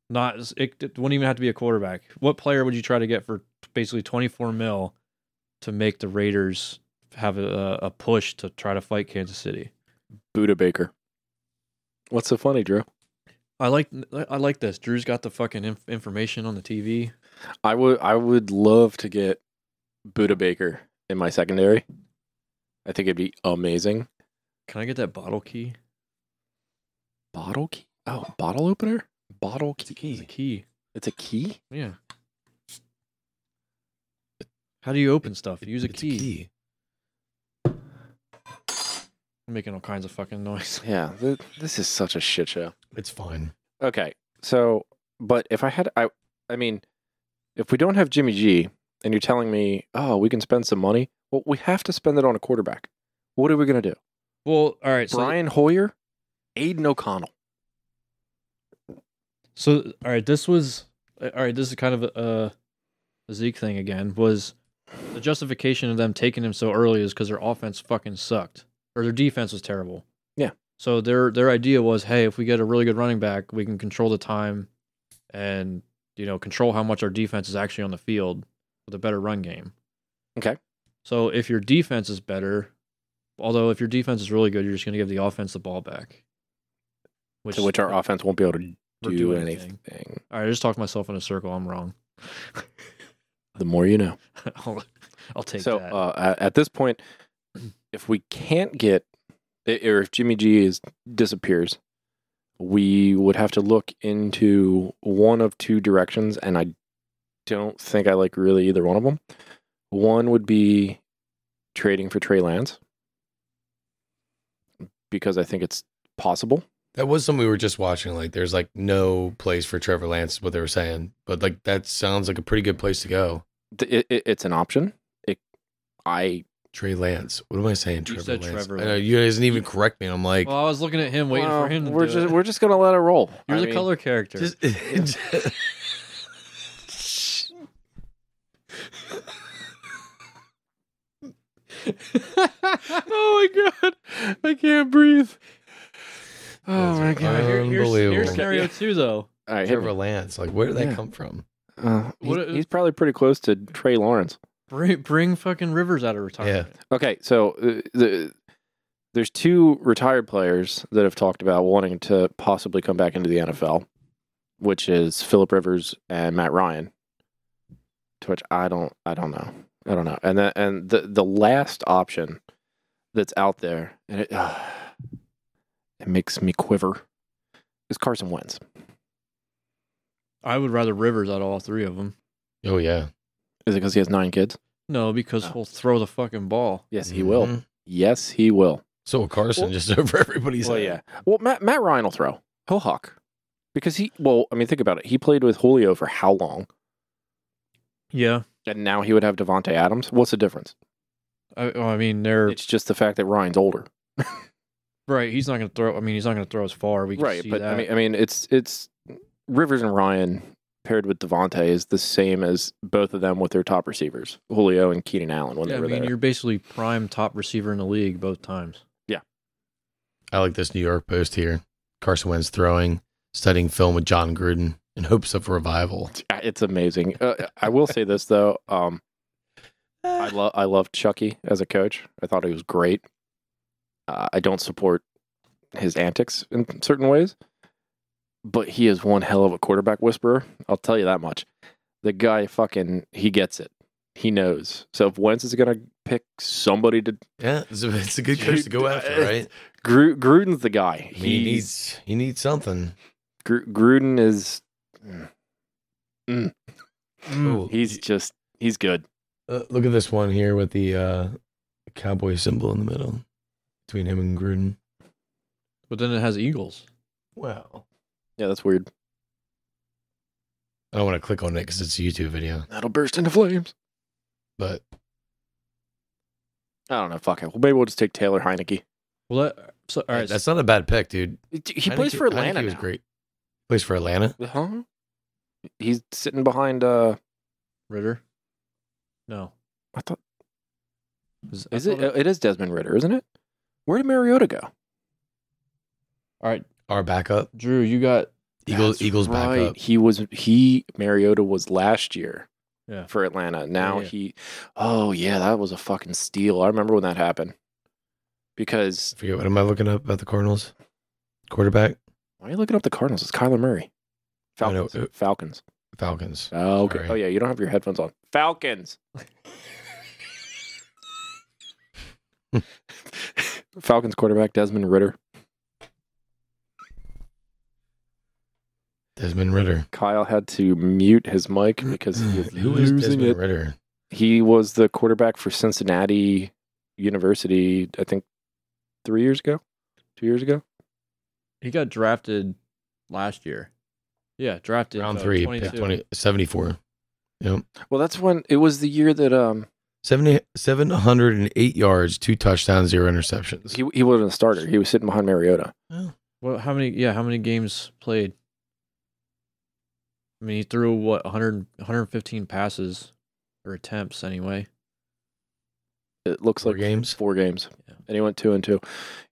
S2: Not it, it wouldn't even have to be a quarterback. What player would you try to get for basically twenty four mil to make the Raiders have a, a push to try to fight Kansas City?
S1: Buda Baker. What's so funny, Drew?
S2: I like I like this. Drew's got the fucking inf- information on the TV.
S1: I would I would love to get Buda Baker in my secondary. I think it'd be amazing.
S2: Can I get that bottle key?
S1: Bottle key? Oh, bottle opener? Bottle key.
S2: It's a key.
S1: It's a key?
S2: Yeah. How do you open stuff? Use a
S3: It's
S2: key. I'm making all kinds of fucking noise.
S1: Yeah, th- this is such a shit show.
S3: It's fine.
S1: Okay, so but if I had, I, I mean, if we don't have Jimmy G, and you're telling me, oh, we can spend some money, well, we have to spend it on a quarterback. What are we gonna do?
S2: Well, all right. So,
S1: Brian Hoyer, Aiden O'Connell.
S2: so all right. This was all right. This is kind of a, a Zeke thing again. Was the justification of them taking him so early is because their offense fucking sucked or their defense was terrible.
S1: Yeah.
S2: So their their idea was, hey, if we get a really good running back, we can control the time, and you know control how much our defense is actually on the field with a better run game.
S1: Okay.
S2: So if your defense is better, although if your defense is really good, you're just going to give the offense the ball back.
S1: to which our offense won't be able to
S2: or
S1: do anything.
S2: All right, I just talked myself in a circle. I'm wrong.
S1: The more you know.
S2: I'll, I'll take
S1: so
S2: that.
S1: uh, a- at this point, if we can't get, i- or if Jimmy G is disappears, we would have to look into one of two directions, and I don't think I like really either one of them. One would be trading for Trey Lance because I think it's possible.
S3: That was something we were just watching. Like, there's like no place for Trevor Lance, is what they were saying. But like, that sounds like a pretty good place to go.
S1: Th- It, it, it's an option. It, I
S3: Trey Lance. What am I saying?
S2: You said Trevor
S3: I know
S2: Lance.
S3: you guys didn't even correct me. And I'm like,
S2: well, I was looking at him, waiting
S1: Well,
S2: for him. To
S1: we're
S2: do
S1: just
S2: it.
S1: we're just gonna let it roll.
S2: You're
S1: I
S2: the
S1: mean,
S2: color character.
S3: just,
S1: oh my god, I can't breathe. Oh
S3: That's
S1: my
S2: All right,
S1: god.
S3: fine.
S2: here- here's, here's
S3: Unbelievable.
S2: scenario two though.
S1: All right, hit
S3: Trevor
S1: me.
S3: Lance. Like, where did that
S1: Yeah.
S3: come from?
S1: Uh, he-
S2: What-
S1: he's probably pretty close to Trey Lawrence.
S2: Bring bring fucking Rivers out of retirement.
S1: Okay, so uh, the, there's two retired players that have talked about wanting to possibly come back into the NFL, which is Philip Rivers and Matt Ryan. To which I don't, I don't know, I don't know. And the, and the the last option that's out there, and it uh, it makes me quiver, is Carson Wentz.
S2: I would rather Rivers out of all three of them.
S3: Oh, yeah.
S1: Is it because he has nine kids?
S2: No, because
S1: Oh.
S2: he'll throw the fucking ball.
S1: Yes, he will.
S3: Mhm.
S1: Yes, he will.
S3: So will Carson
S1: Well-
S3: just over everybody's
S1: Well,
S3: head.
S1: yeah. Well, Matt, Matt Ryan will throw. He'll hawk. Because he, well, I mean, think about it. He played with Julio for how long?
S2: Yeah.
S1: And now he would have Devonte Adams. What's the difference?
S2: I, oh, I mean, they're
S1: It's just the fact that Ryan's older,
S2: right. He's not going to throw. I mean, he's not going to throw as far. We can
S1: right?
S2: see
S1: But
S2: that.
S1: I mean, I mean, it's it's Rivers and Ryan paired with Devonte is the same as both of them with their top receivers, Julio and Keenan Allen when
S2: yeah, I
S1: they were
S2: mean,
S1: there.
S2: you're basically prime top receiver in the league both times.
S3: I like this New York Post here. Carson Wentz throwing, studying film with John Gruden in hopes of revival.
S1: Uh, It's amazing. Uh, I will say this though, um, I love I love Chucky as a coach. I thought he was great. Uh, I don't support his antics in certain ways, but he is one hell of a quarterback whisperer. I'll tell you that much. The guy fucking he gets it. He knows. So if Wentz is gonna pick somebody to
S3: Yeah, it's a, it's a good coach to go after, right?
S1: Gru, Gruden's the guy.
S3: I mean, he
S1: He's
S3: needs he needs something.
S1: Gru, Gruden is
S3: Ooh,
S1: Mm. he's just he's good.
S3: uh, look at this one here with the uh, cowboy symbol in the middle between him and Gruden.
S2: But then it has Eagles.
S3: Wow.
S1: Yeah, that's weird.
S3: I don't want to click on it because it's a YouTube video,
S1: That'll burst into flames.
S3: but
S1: I don't know. Fuck it. Well, maybe we'll just take Taylor Heineke.
S2: Well, that, so all right.
S3: that's not a bad pick, dude.
S1: He
S3: Heineke-
S1: plays for Atlanta.
S3: Heineke was
S1: now.
S3: great. Plays for Atlanta.
S1: Huh? He's sitting behind. uh
S2: Ritter. No.
S1: I thought
S2: Is, uh, I
S1: is
S2: thought
S1: it? It is Desmond Ritter, isn't it? Where did Mariota go?
S2: all right,
S3: Our backup,
S2: Drew. You got
S3: Eagles.
S1: That's
S3: Eagles
S1: right.
S3: backup.
S1: He was he Mariota was last year.
S2: Yeah.
S1: For Atlanta. Now
S2: yeah.
S1: he. Oh yeah, that was a fucking steal. I remember when that happened. Because
S3: Forget what am I looking up about the Cardinals? Quarterback,
S1: why are you looking up the Cardinals? It's Kyler Murray.
S3: I know.
S1: Falcons. Falcons.
S3: Falcons.
S1: Oh, okay.
S3: Sorry.
S1: Oh yeah, you don't have your headphones on. Falcons. Falcons quarterback Desmond Ritter.
S3: Desmond Ritter.
S1: Kyle had to mute his mic because he was
S3: Who is
S1: losing
S3: Desmond
S1: it.
S3: Ritter?
S1: He was the quarterback for Cincinnati University, I think, three years ago, two years ago.
S2: He got drafted last year. Yeah, drafted
S3: Round
S2: uh,
S3: three, pick
S2: 22.
S3: 20, 74. Yep.
S1: Well, that's when it was the year that um
S3: 70, 708 yards, two touchdowns, zero interceptions.
S1: he he wasn't a starter. He was sitting behind Mariota.
S2: Well, how many? Yeah, how many games played? I mean, he threw what 100, 115 passes or attempts anyway.
S1: It looks
S3: Four
S1: like
S3: games?
S1: Four games.
S2: Yeah.
S1: And he went two and two.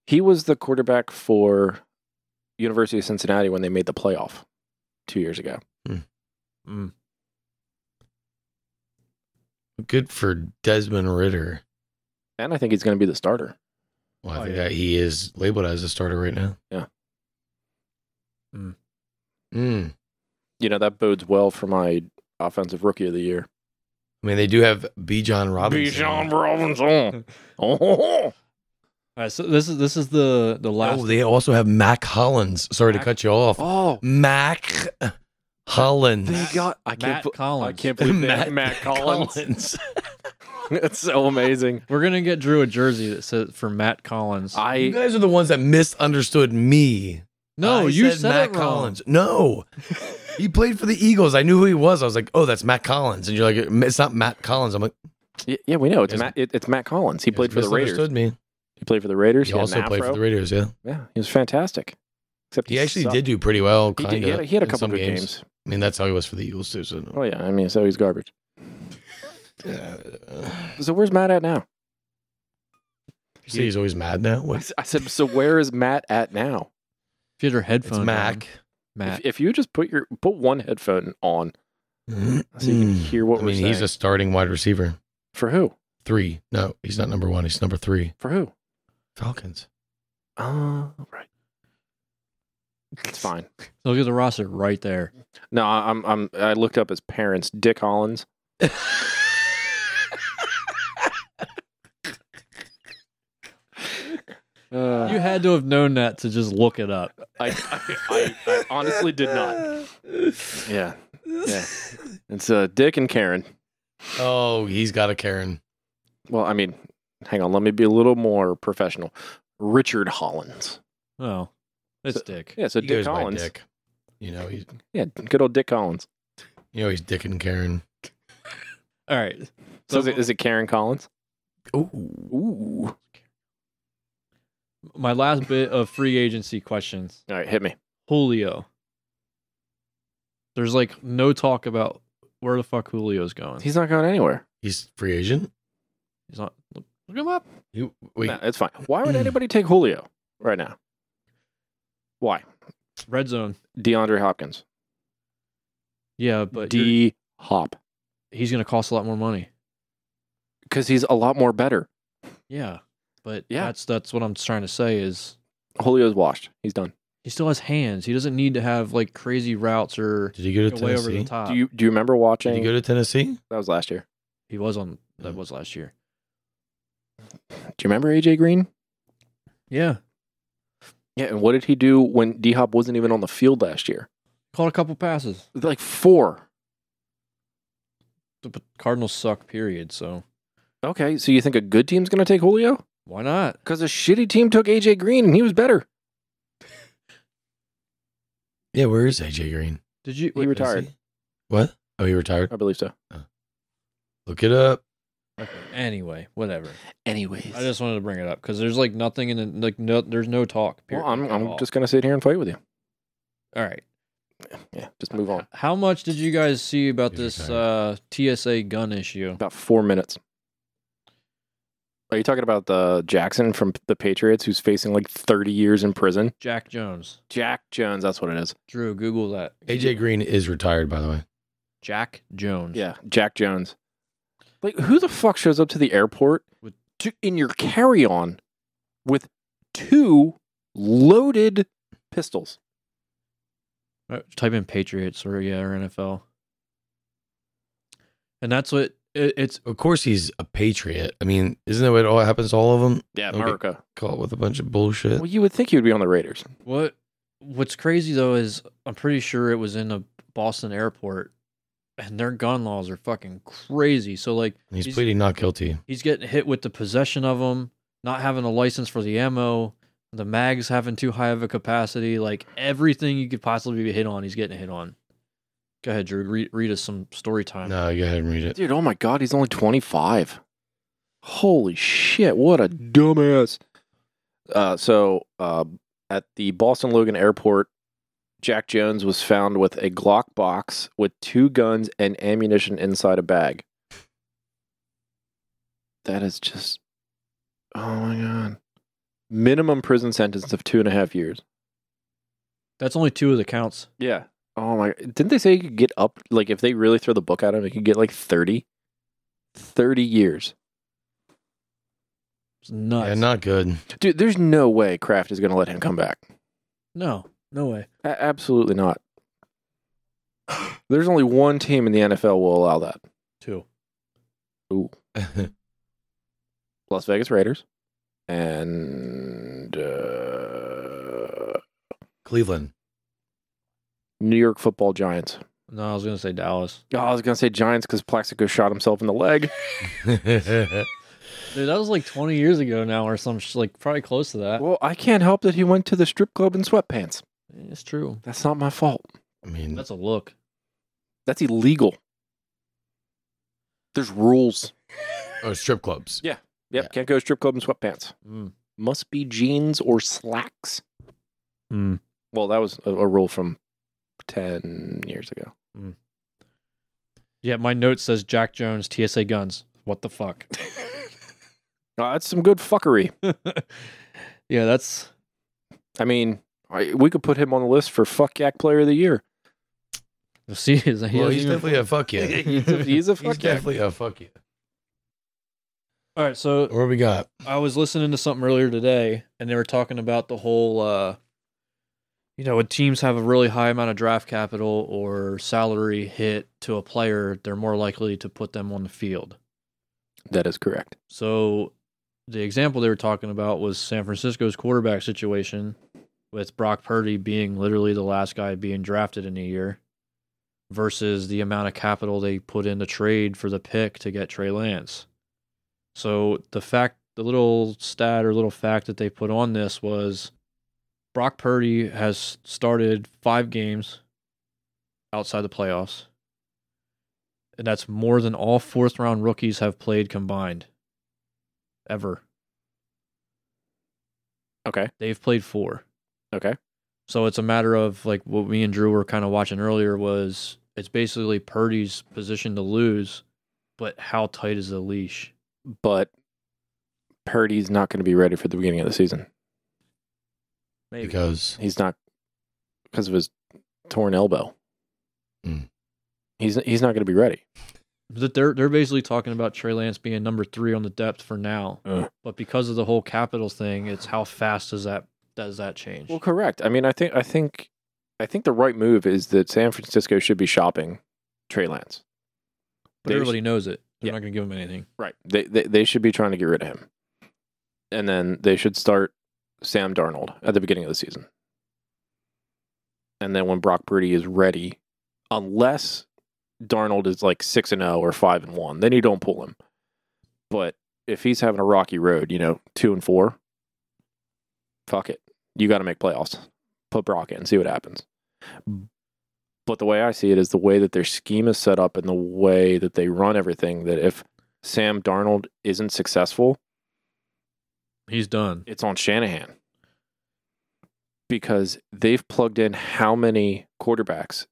S1: He was the quarterback for University of Cincinnati when they made the playoff two years ago.
S2: Mm.
S3: Good for Desmond Ritter.
S1: And I think he's going to be the starter.
S3: Well, I
S2: Oh,
S3: think
S2: yeah.
S3: that he is labeled as a starter right now.
S1: Yeah. Hmm.
S2: Mm.
S3: Mm.
S1: You know, that bodes well for my offensive rookie of the year.
S3: I mean, they do have B. John Robinson.
S1: Robinson. oh,
S2: All right, so this is this is the the last.
S3: Oh, they also have Mac Hollins. Sorry to
S2: Mac-
S3: cut you off.
S1: oh,
S3: Mac Hollins.
S1: they got. I
S2: Matt
S1: can't. bel-
S2: Collins.
S1: I can't believe they Matt, Matt Collins. it's so amazing.
S2: We're gonna get Drew a jersey that says for Matt Collins.
S3: you
S1: I
S3: guys are the ones that misunderstood me.
S2: no,
S3: I
S2: you said,
S3: Matt
S2: it wrong.
S3: Collins. No, he played for the Eagles. I knew who he was. I was like, oh, that's Matt Collins. And you're like, it's not Matt Collins. I'm like,
S1: y- yeah, we know it's
S3: Yes.
S1: Matt. It, it's Matt Collins. He
S3: "You
S1: played for
S3: guys
S1: the Raiders.
S3: misunderstood me.
S1: He played for the Raiders.
S3: He
S1: had an
S3: also played for
S1: afro.
S3: the Raiders. Yeah,
S1: Yeah, he was fantastic. Except
S3: he actually
S1: sucked.
S3: did do pretty well.
S1: He,
S3: Kind
S1: did- he had, a- he had a couple good games.
S3: I mean, that's how he was for the Eagles too. So,
S1: Oh yeah, I mean, so he's garbage.
S3: uh,
S1: So where's Matt at now?
S3: you say he's always mad now.
S1: I
S3: What?
S1: s- I said, so where is Matt at now?
S2: If you had your
S3: It's
S2: headphones. on,
S3: Mac.
S2: Matt.
S1: If, if you just put your put one headphone on, so you can hear what we're
S3: Mm-hmm. Hmm. Mm. I mean,
S1: saying.
S3: he's a starting wide receiver.
S1: for who?
S3: Three. No, he's not number one. He's number three.
S1: For who?
S3: Falcons.
S1: Oh, right. It's fine.
S2: So look at the roster right there.
S1: No, I- I'm I'm I looked up his parents, Dick Hollins.
S3: Uh.
S1: Uh,
S2: You had to have known that to just look it up.
S1: I, I, I, I honestly did not. Yeah, yeah. It's uh, Dick and Karen.
S3: Oh, he's got a Karen.
S1: Well, I mean, hang on. Let me be a little more professional. Richard Hollins.
S2: Oh, it's Dick.
S1: Yeah, so
S3: He
S1: Dick
S3: goes by
S1: Collins.
S3: Dick. You know, he's
S1: Yeah, good old Dick Collins.
S3: you know he's Dick and Karen.
S2: All right.
S1: So is it, is it Karen Collins?
S3: Oh,
S1: Ooh.
S2: my last bit of free agency questions.
S1: All right, hit me.
S2: Julio. There's like no talk about where the fuck Julio's going.
S1: He's not going anywhere.
S3: he's free agent.
S2: He's not. Look, look him up.
S3: You wait,
S1: No, it's fine. Why would anybody take Julio right now? Why?
S2: Red zone.
S1: DeAndre Hopkins.
S2: Yeah, but you're-
S1: D Hop.
S2: he's gonna cost a lot more money.
S1: Because he's a lot more better.
S2: Yeah, but
S1: Yeah.
S2: that's that's what I'm trying to say is
S1: Julio's washed. He's done.
S2: he still has hands. He doesn't need to have like crazy routes or
S3: did he go to
S2: way over the
S3: Tennessee?
S2: top.
S1: Do you do you remember watching?
S3: Did he go to Tennessee?
S1: that was last year.
S2: he was on that was last year.
S1: Do you remember AJ Green?
S2: Yeah,
S1: Yeah, and what did he do when D Hop wasn't even on the field last year?
S2: caught a couple passes.
S1: Like four.
S2: The but Cardinals suck. Period. So
S1: Okay, so you think a good team's going to take Julio?
S2: why not?
S1: Because a shitty team took AJ Green and he was better.
S3: Yeah, where is AJ Green?
S2: Did you?
S1: He
S2: wait,
S1: retired.
S3: Is he- What? Oh, he retired.
S1: I believe so.
S3: Look it up.
S2: Anyway, whatever.
S1: Anyways,
S2: I just wanted to bring it up because there's like nothing in the, like no there's no talk.
S1: well,
S2: Period,
S1: I'm
S2: at
S1: I'm
S2: all.
S1: just going to sit here and fight with you.
S2: all right.
S1: Yeah, just move on.
S2: How much did you guys see about
S3: He's
S2: this uh,
S3: retired.
S2: TSA gun issue?
S1: About four minutes. Are you talking about the Jackson from the Patriots who's facing like 30 years in prison?
S2: Jack Jones,
S1: Jack Jones, that's what it is.
S2: Drew, Google that.
S3: AJ Green is retired, by the way.
S2: Jack Jones.
S1: Yeah, Jack Jones. Mm. Like, who the fuck shows up to the airport
S2: With-
S1: to, in your carry on with two loaded pistols?
S2: Uh, type in Patriots or yeah or NFL. And that's what it, it's.
S3: Of course, he's a patriot. I mean, isn't that what all happens to all of them?
S1: Yeah,
S3: Okay.
S1: America.
S3: Caught with a bunch of bullshit.
S1: Well, you would think he would be on the Raiders.
S2: What what's crazy though is I'm pretty sure it was in a Boston airport and their gun laws are fucking crazy. So like
S3: He's,
S2: He's-
S3: pleading not guilty.
S2: he's getting hit with the possession of them, not having a license for the ammo, the mags having too high of a capacity, like everything you could possibly be hit on, he's getting hit on. Go ahead, Drew. Read, read us some story time.
S3: No, go ahead and read it.
S1: Dude, oh my God, he's only 25. Holy shit, what a dumbass. Uh, so, uh, at the Boston Logan Airport, Jack Jones was found with a Glock box with two guns and ammunition inside a bag. That is just. Oh my God. Minimum prison sentence of two and a half years.
S2: That's only two of the counts.
S1: Yeah. Oh my! Didn't they say you could get up? Like, if they really throw the book at him, it could get like thirty. Thirty years,
S2: It's nuts.
S3: Yeah, not good.
S1: dude. There's no way Kraft is going to let him come back.
S2: no, no way.
S1: A- absolutely not. There's only one team in the NFL will allow that.
S2: Two.
S1: Las Vegas Raiders, and uh,
S3: Cleveland.
S1: New York Football Giants.
S2: No, I was gonna say Dallas.
S1: Oh, I was going to say Giants because Plaxico shot himself in the leg.
S2: Dude, that was like 20 years ago now, or some sh- like probably close to that.
S1: well, I can't help that he went to the strip club in sweatpants.
S2: It's true.
S1: That's not my fault.
S3: I mean,
S2: That's a look.
S1: That's illegal. There's rules.
S3: oh, strip clubs.
S1: Yeah. Yep.
S3: Yeah.
S1: Can't go strip club in sweatpants.
S2: Mm.
S1: Must be jeans or slacks.
S2: Mm.
S1: Well, that was a, a rule from 10 years ago.
S2: Yeah, my note says Jack Jones, TSA guns. What the fuck?
S1: Uh, that's some good fuckery.
S2: yeah, that's
S1: I mean, I, we could put him on the list for fuck yak player of the year.
S2: see. Is that, he
S3: Well,
S2: doesn't
S3: he's
S2: even-
S3: definitely a fuck yeah.
S1: he's a, he's a fuck
S3: He's
S1: yak.
S3: definitely a fuck yeah.
S2: All right, so
S3: What we got?
S2: I was listening to something earlier today, and they were talking about the whole, uh, you know, when teams have a really high amount of draft capital or salary hit to a player, they're more likely to put them on the field.
S1: That is correct.
S2: So the example they were talking about was San Francisco's quarterback situation with Brock Purdy being literally the last guy being drafted in a year versus the amount of capital they put in to trade for the pick to get Trey Lance. So the fact the little stat or little fact that they put on this was Brock Purdy has started 5 games outside the playoffs. And that's more than all fourth round rookies have played combined ever.
S1: Okay.
S2: They've played four.
S1: Okay.
S2: So it's a matter of like what me and Drew were kind of watching earlier was it's basically Purdy's position to lose, but how tight is the leash?
S1: But Purdy's not going to be ready for the beginning of the season.
S2: Maybe.
S3: Because
S1: He's not because of his torn elbow.
S3: Mm.
S1: He's he's not going to be ready.
S2: That they're they're basically talking about Trey Lance being number three on the depth for now,
S1: Uh.
S2: but because of the whole capital thing, it's how fast does that does that change?
S1: Well, correct. I mean, I think I think I think the right move is that San Francisco should be shopping Trey Lance.
S2: but
S1: they-
S2: everybody knows it. They're
S1: Yeah.
S2: not going to give him anything.
S1: Right. They, they they should be trying to get rid of him, and then they should start Sam Darnold at the beginning of the season, and then when Brock Purdy is ready, unless Darnold is like six and zero or five and one, then you don't pull him. But if he's having a rocky road, you know, two and four, fuck it, you got to make playoffs. Put Brock in, see what happens. But the way I see it is the way that their scheme is set up and the way that they run everything. That if Sam Darnold isn't successful,
S2: He's done.
S1: it's on Shanahan because they've plugged in how many quarterbacks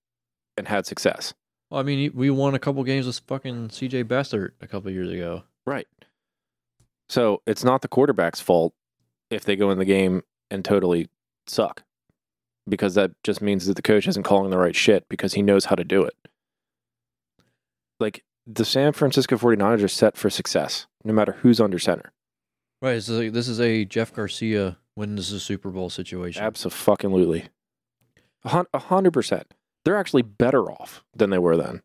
S1: and had success.
S2: Well, I mean, he- we won a couple games with fucking CJ Bastard a couple years ago.
S1: Right. So it's not the quarterback's fault if they go in the game and totally suck because that just means that the coach isn't calling the right shit because he knows how to do it. Like the San Francisco 49ers are set for success no matter who's under center.
S2: Right. This is a, this is a Jeff Garcia wins the Super Bowl situation.
S1: Absolutely. A hun- a hundred percent. They're actually better off than they were then.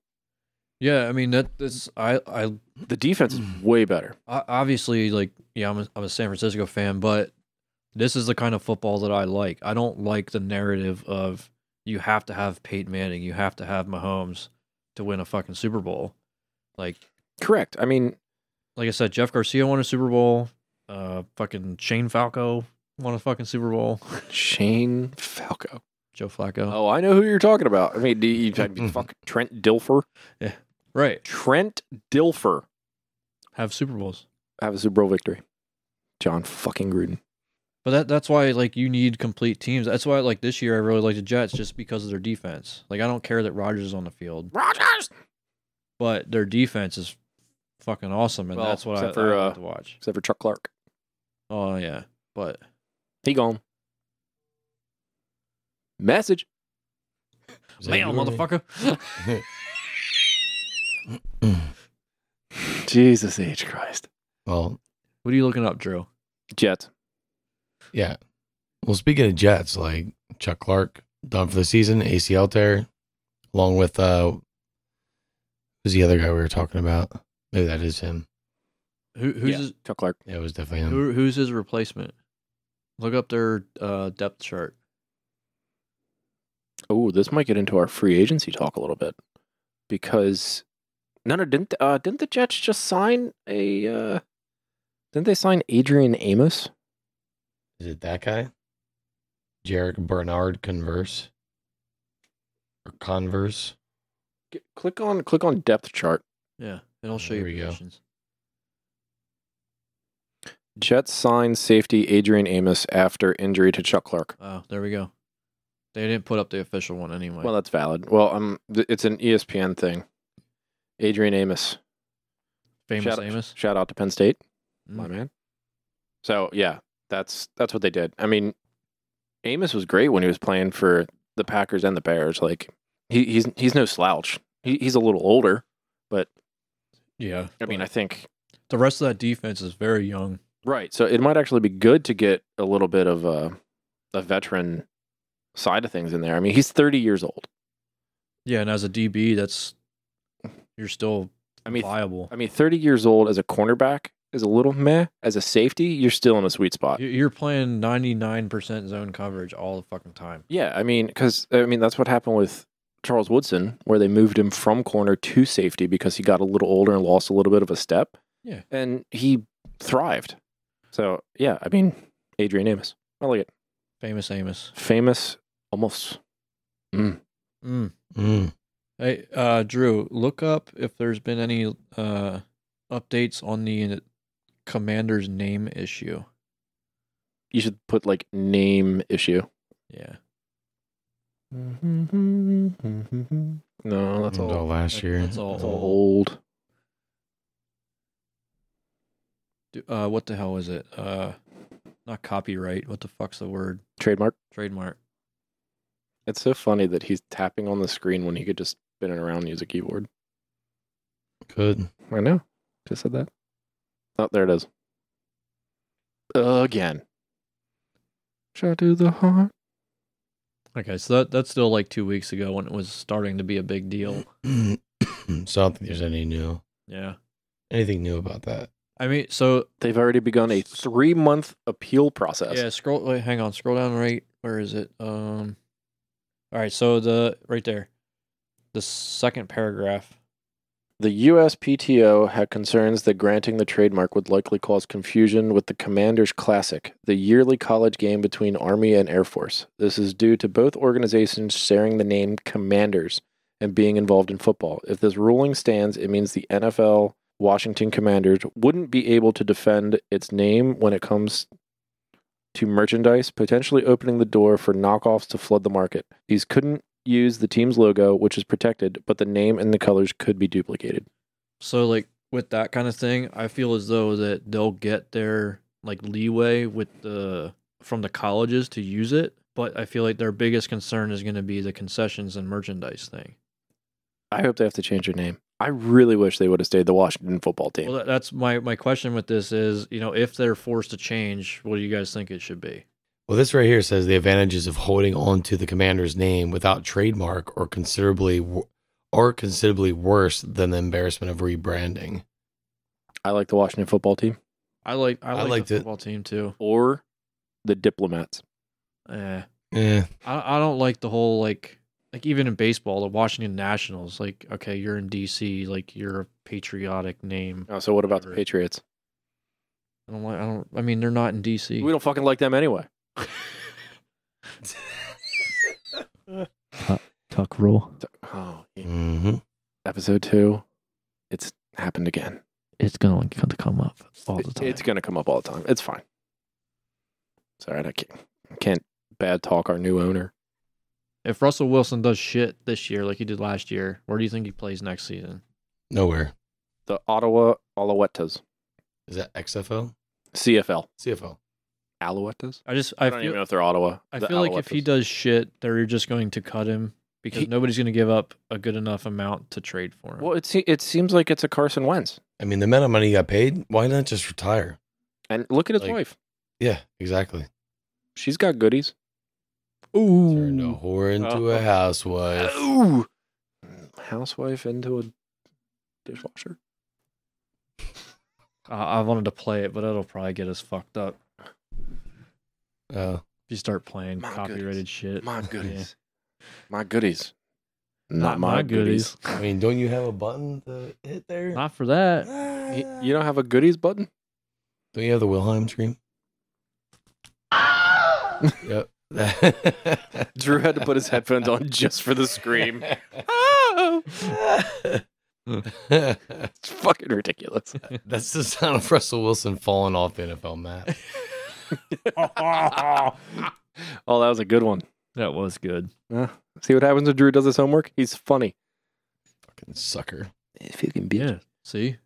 S2: yeah, I mean that that's I I o-
S1: The defense is way better.
S2: obviously like yeah I'm a, I'm a San Francisco fan, but this is the kind of football that I like. I don't like the narrative of you have to have Peyton Manning, you have to have Mahomes to win a fucking Super Bowl. Like
S1: Correct. I mean,
S2: like I said, Jeff Garcia won a Super Bowl. Uh, fucking Shane Falco won a fucking Super Bowl.
S1: Shane Falco.
S2: Joe Flacco.
S1: Oh, I know who you're talking about. I mean, do you, fuck Trent Dilfer.
S2: Right.
S1: Trent Dilfer
S2: Have Super Bowls.
S1: have a Super Bowl victory. John fucking Gruden.
S2: But that that's why like you need complete teams. That's why like this year I really like the Jets just because of their defense. Like I don't care that Rodgers is on the field,
S1: Rogers.
S2: but their defense is fucking awesome, and
S1: Well,
S2: that's what I,
S1: except for,
S2: I like
S1: uh,
S2: to watch.
S1: Except for Chuck Clark.
S2: Oh yeah, but
S1: He gone. Message.
S3: Is that
S2: man,
S3: you or me?
S2: motherfucker.
S1: Jesus H. Christ.
S3: well,
S2: what are you looking up, Drew?
S1: Jets.
S3: yeah. Well, speaking of Jets, like Chuck Clark done for the season, ACL tear, along with uh, who's the other guy we were talking about? Maybe that is him.
S2: Who who's
S1: Yeah.
S2: his,
S1: Chuck Clark.
S3: Yeah, it was definitely him.
S2: who, who's his replacement? Look up their uh, depth chart.
S1: Oh, this might get into our free agency talk a little bit because no, no, didn't uh, didn't the Jets just sign a uh, didn't they sign Adrian Amos?
S3: Is it that guy? Jarek Bernard Converse or Converse?
S1: G- click on click on depth chart.
S2: Yeah, and I'll show
S3: There
S2: you
S3: we go.
S2: positions.
S1: Jets signed safety Adrian Amos after injury to Chuck Clark.
S2: Oh, there we go. They didn't put up the official one anyway.
S1: Well, uh, that's valid. Well, um, th- it's an ESPN thing. Adrian Amos.
S2: Famous
S1: shout,
S2: Amos.
S1: Shout out to Penn State. my
S2: Mm.
S1: man. So yeah, that's that's what they did. I mean, Amos was great when he was playing for the Packers and the Bears. Like he, he's he's no slouch. He, he's a little older.
S2: Yeah.
S1: I mean,
S2: but
S1: I think
S2: the rest of that defense is very young.
S1: right. So it might actually be good to get a little bit of a a veteran side of things in there. I mean, he's thirty years old.
S2: Yeah, and as a DB, that's you're still
S1: I mean,
S2: viable.
S1: I mean, thirty years old as a cornerback is a little meh. As a safety, you're still in a sweet spot.
S2: You- you're playing 99% zone coverage all the fucking time.
S1: Yeah, I mean, because I mean that's what happened with Charles Woodson, where they moved him from corner to safety because he got a little older and lost a little bit of a step.
S2: Yeah.
S1: and he thrived. So yeah, I mean, Adrian Amos, I like it.
S2: Famous Amos.
S1: Famous, almost.
S2: Mm.
S3: Mm.
S2: Hey, uh, Drew, look up if there's been any uh, updates on the commander's name issue.
S1: You should put like name issue.
S2: Yeah.
S1: No, that's
S3: That's all
S1: all.
S3: last year.
S2: That's all.
S1: That's all old.
S2: Do- Uh, what the hell is it? Uh, not copyright. What the fuck's the word?
S1: Trademark.
S2: Trademark.
S1: It's so funny that he's tapping on the screen when he could just spin it around and use a keyboard.
S3: Good.
S1: I know. Just said that. Oh, there it is. Again. Shot to the heart.
S2: Okay, so that, that's still like two weeks ago when it was starting to be a big deal.
S3: so I don't think there's any new
S2: Yeah.
S3: anything new about that.
S2: I mean, so uh,
S1: They've already begun a three month appeal process.
S2: Yeah, scroll. Wait, hang on. Scroll down. Right, where is it? Um, all right. So the right there, the second paragraph.
S1: The USPTO had concerns that granting the trademark would likely cause confusion with the Commanders Classic, the yearly college game between Army and Air Force. This is due to both organizations sharing the name Commanders and being involved in football. If this ruling stands, it means the NFL Washington Commanders wouldn't be able to defend its name when it comes to merchandise, potentially opening the door for knockoffs to flood the market. These couldn't use the team's logo, which is protected, but the name and the colors could be duplicated.
S2: So like with that kind of thing, I feel as though that they'll get their like leeway with the from the colleges to use it, but I feel like their biggest concern is going to be the concessions and merchandise thing.
S1: I hope they have to change their name. I really wish they would have stayed the Washington football team.
S2: Well, that, that's my my question with this is, you know, if they're forced to change, what do you guys think it should be?
S3: Well, this right here says the advantages of holding on to the commander's name without trademark or considerably wo- or considerably worse than the embarrassment of rebranding.
S1: I like the Washington football team
S2: I like I
S3: I
S2: like,
S3: liked
S2: the
S3: it.
S2: football team too.
S1: or the Diplomats.
S2: Eh.
S3: Yeah.
S2: I, I don't like the whole like like even in baseball, the Washington Nationals, like, okay, you're in DC, like you're a patriotic name.
S1: Oh, so what about the Patriots?
S2: I don't like I don't I mean they're not in DC.
S1: We don't fucking like them anyway.
S2: tuck rule.
S1: Oh,
S3: hmm
S1: episode two, it's happened again.
S2: It's gonna come to come up all the
S1: It-
S2: time.
S1: It's gonna come up all the time. It's fine. It's all right. I can't, I can't bad talk our new owner.
S2: if Russell Wilson does shit this year like he did last year, where do you think he plays next season?
S3: Nowhere.
S1: The Ottawa Alouettes,
S3: Is that XFO?
S1: CFL
S3: CFO.
S1: Alouettes.
S2: I just
S1: I,
S2: I
S1: don't
S2: feel
S1: even know if they're Ottawa.
S2: I
S1: The
S2: feel like if he
S1: Alouettes.
S2: does shit, they're just going to cut him because
S1: He-
S2: nobody's going to give up a good enough amount to trade for him.
S1: well, it se- it seems like it's a Carson Wentz.
S3: I mean, the amount of money he got paid, why not just retire?
S1: And look at his
S3: Like-
S1: wife.
S3: Yeah, exactly.
S1: She's got goodies.
S3: Turned a whore into a
S1: Oh.
S3: housewife.
S1: Ooh, housewife into a dishwasher.
S2: I-, I wanted to play it, but it'll probably get us fucked up
S3: Oh,
S2: if you start playing
S1: My
S2: copyrighted
S1: goodness.
S2: shit.
S1: My goodies. My goodies.
S2: Not my goodies.
S3: I mean, don't you have a button to hit there? Ah.
S2: Not for that.
S1: Y- You don't have a goodies button?
S3: Don't you have the Wilhelm scream? yep.
S1: Drew had to put his headphones on just for the scream.
S3: That's
S1: It's fucking ridiculous.
S3: the sound of Russell Wilson falling off the NFL map.
S1: Oh, that was a good one.
S2: That was good.
S1: Uh, see what happens when Drew does his homework? He's funny.
S3: Fucking sucker.
S1: Fucking
S2: Yeah. See?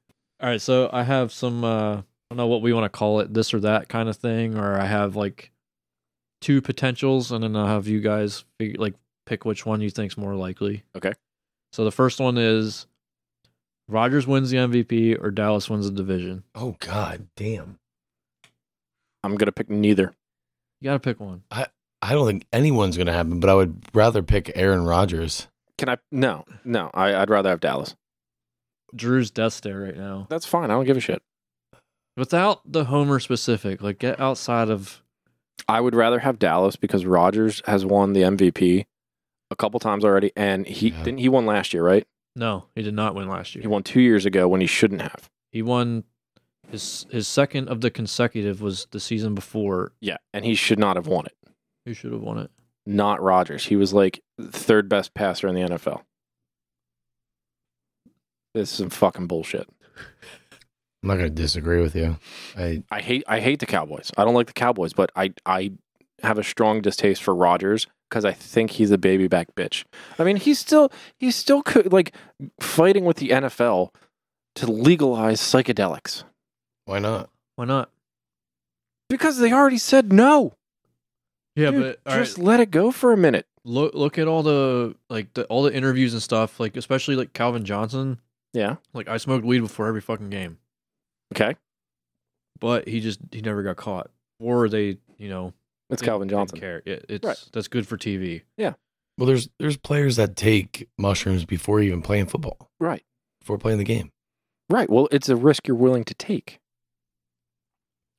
S2: All right. So I have some, uh, I don't know what we want to call it, this or that kind of thing, or I have like two potentials, and then I'll have you guys figure, like pick which one you think's more likely.
S1: Okay.
S2: So the first one is Rodgers wins the MVP or Dallas wins the division.
S3: Oh god damn.
S1: I'm gonna pick neither.
S2: You got to pick one.
S3: I don't think anyone's gonna happen, but I would rather pick Aaron Rodgers.
S1: Can I? No, no. I, I'd rather have Dallas.
S2: Drew's death stare right now.
S1: That's fine. I don't give a shit.
S2: Without the Homer specific, like get outside of
S1: I would rather have Dallas because Rodgers has won the MVP a couple times already, and he
S3: Yeah.
S1: didn't. He won last year, right?
S2: No, he did not win last year.
S1: He won two years ago when he shouldn't have.
S2: He won his his second of the consecutive was the season before.
S1: Yeah, and he should not have won it.
S2: Who should have won it?
S1: Not Rodgers. He was like third best passer in the NFL. This is some fucking bullshit.
S3: I'm not gonna disagree with you. I
S1: I hate I hate the Cowboys. I don't like the Cowboys, but I I have a strong distaste for Rodgers because I think he's a baby back bitch. I mean, he's still he's still co- like fighting with the NFL to legalize psychedelics
S3: why not?
S2: Why not?
S1: because they already said no.
S2: Yeah,
S1: Dude,
S2: but all right,
S1: just let it go for a minute.
S2: look look at all the like the, all the interviews and stuff. Like especially like Calvin Johnson.
S1: Yeah.
S2: Like I smoked weed before every fucking game,
S1: Okay.
S2: but he just he never got caught. Or they you know
S1: It's
S2: didn't-
S1: Calvin
S2: didn't
S1: Johnson.
S2: care. It, it's
S1: Right.
S2: that's good for TV.
S3: Well there's there's players that take mushrooms before even playing football,
S1: Right.
S3: before playing the game.
S1: Right. Well, it's a risk you're willing to take.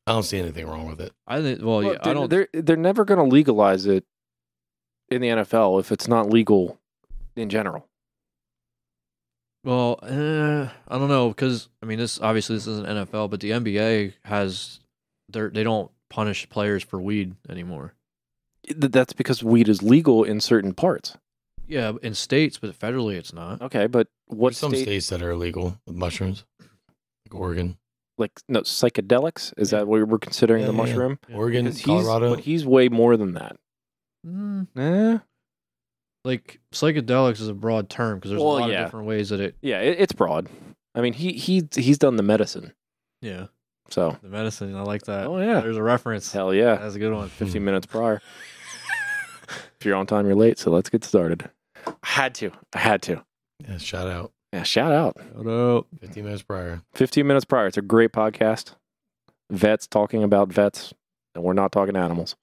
S3: I don't see anything wrong with it.
S2: I think. Well,
S1: Well,
S2: yeah,
S1: they're,
S2: I don't.
S1: They're they're never going to legalize it in the NFL if it's not legal in general.
S2: Well, uh, I don't know because I mean this obviously this isn't NFL, but the NBA has they they don't punish players for weed anymore.
S1: Th- That's because weed is legal in certain parts.
S2: Yeah, in states, but federally it's not.
S1: Okay, but what
S3: There's some
S1: state-
S3: states that are illegal with mushrooms, like Oregon,
S1: Like no psychedelics? Is
S2: Yeah.
S1: that what we're considering
S3: Yeah,
S1: the
S3: yeah, yeah.
S1: mushroom?
S2: Yeah.
S3: Oregon,
S1: Because he's-
S3: Colorado.
S1: but he's way more than that.
S2: Mm,
S1: Eh,
S2: like psychedelics is a broad term because there's
S1: Well,
S2: a lot
S1: yeah.
S2: of different ways that it.
S1: yeah, it, it's broad. I mean, he he he's done the medicine.
S2: Yeah,
S1: So
S2: the medicine. I like that.
S1: oh yeah, Hmm.
S2: There's a reference.
S1: hell yeah.
S2: That's a good one.
S1: Fifteen minutes prior. if you're on time, you're late. So let's get started. I had to. I had to.
S3: yeah, shout out.
S1: Yeah, shout out.
S2: Shout out.
S3: 15 minutes prior.
S1: 15 minutes prior. It's a great podcast. Vets talking about vets, and we're not talking animals.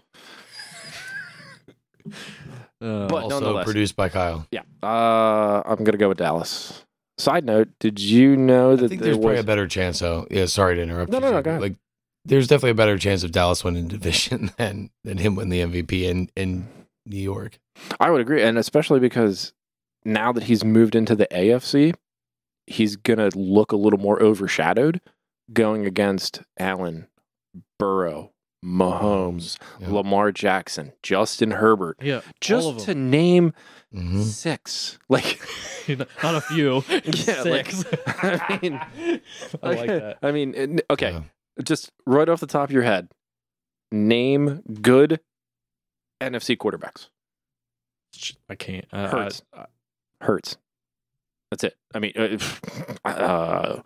S2: Uh,
S1: But
S3: also
S1: nonetheless.
S3: produced by Kyle.
S1: Yeah. Uh, I'm going to go with Dallas. Side note, did you know
S3: I
S1: that
S3: think
S1: there
S3: there's probably
S1: was
S3: a better chance, though. Yeah, sorry to interrupt.
S1: No,
S3: you,
S1: no, no,
S3: Jacob.
S1: go ahead.
S3: Like, there's definitely a better chance of Dallas winning the division than than him winning the MVP and and New York.
S1: I would agree, and especially because now that he's moved into the AFC, he's gonna look a little more overshadowed going against Allen, Burrow, Mahomes,
S3: Yeah.
S1: Lamar Jackson, Justin Herbert,
S2: Yeah, all
S1: just
S2: of
S1: to
S2: them.
S1: name
S3: Mhm.
S1: six. Like,
S2: not a few.
S1: Yeah, like-
S2: six.
S1: I mean,
S2: I like that.
S1: I mean, it- okay,
S3: Yeah.
S1: just right off the top of your head, name good NFC quarterbacks.
S2: I can't. I,
S1: Hurts.
S2: I,
S1: Uh, Hurts. That's it. I mean, uh, uh,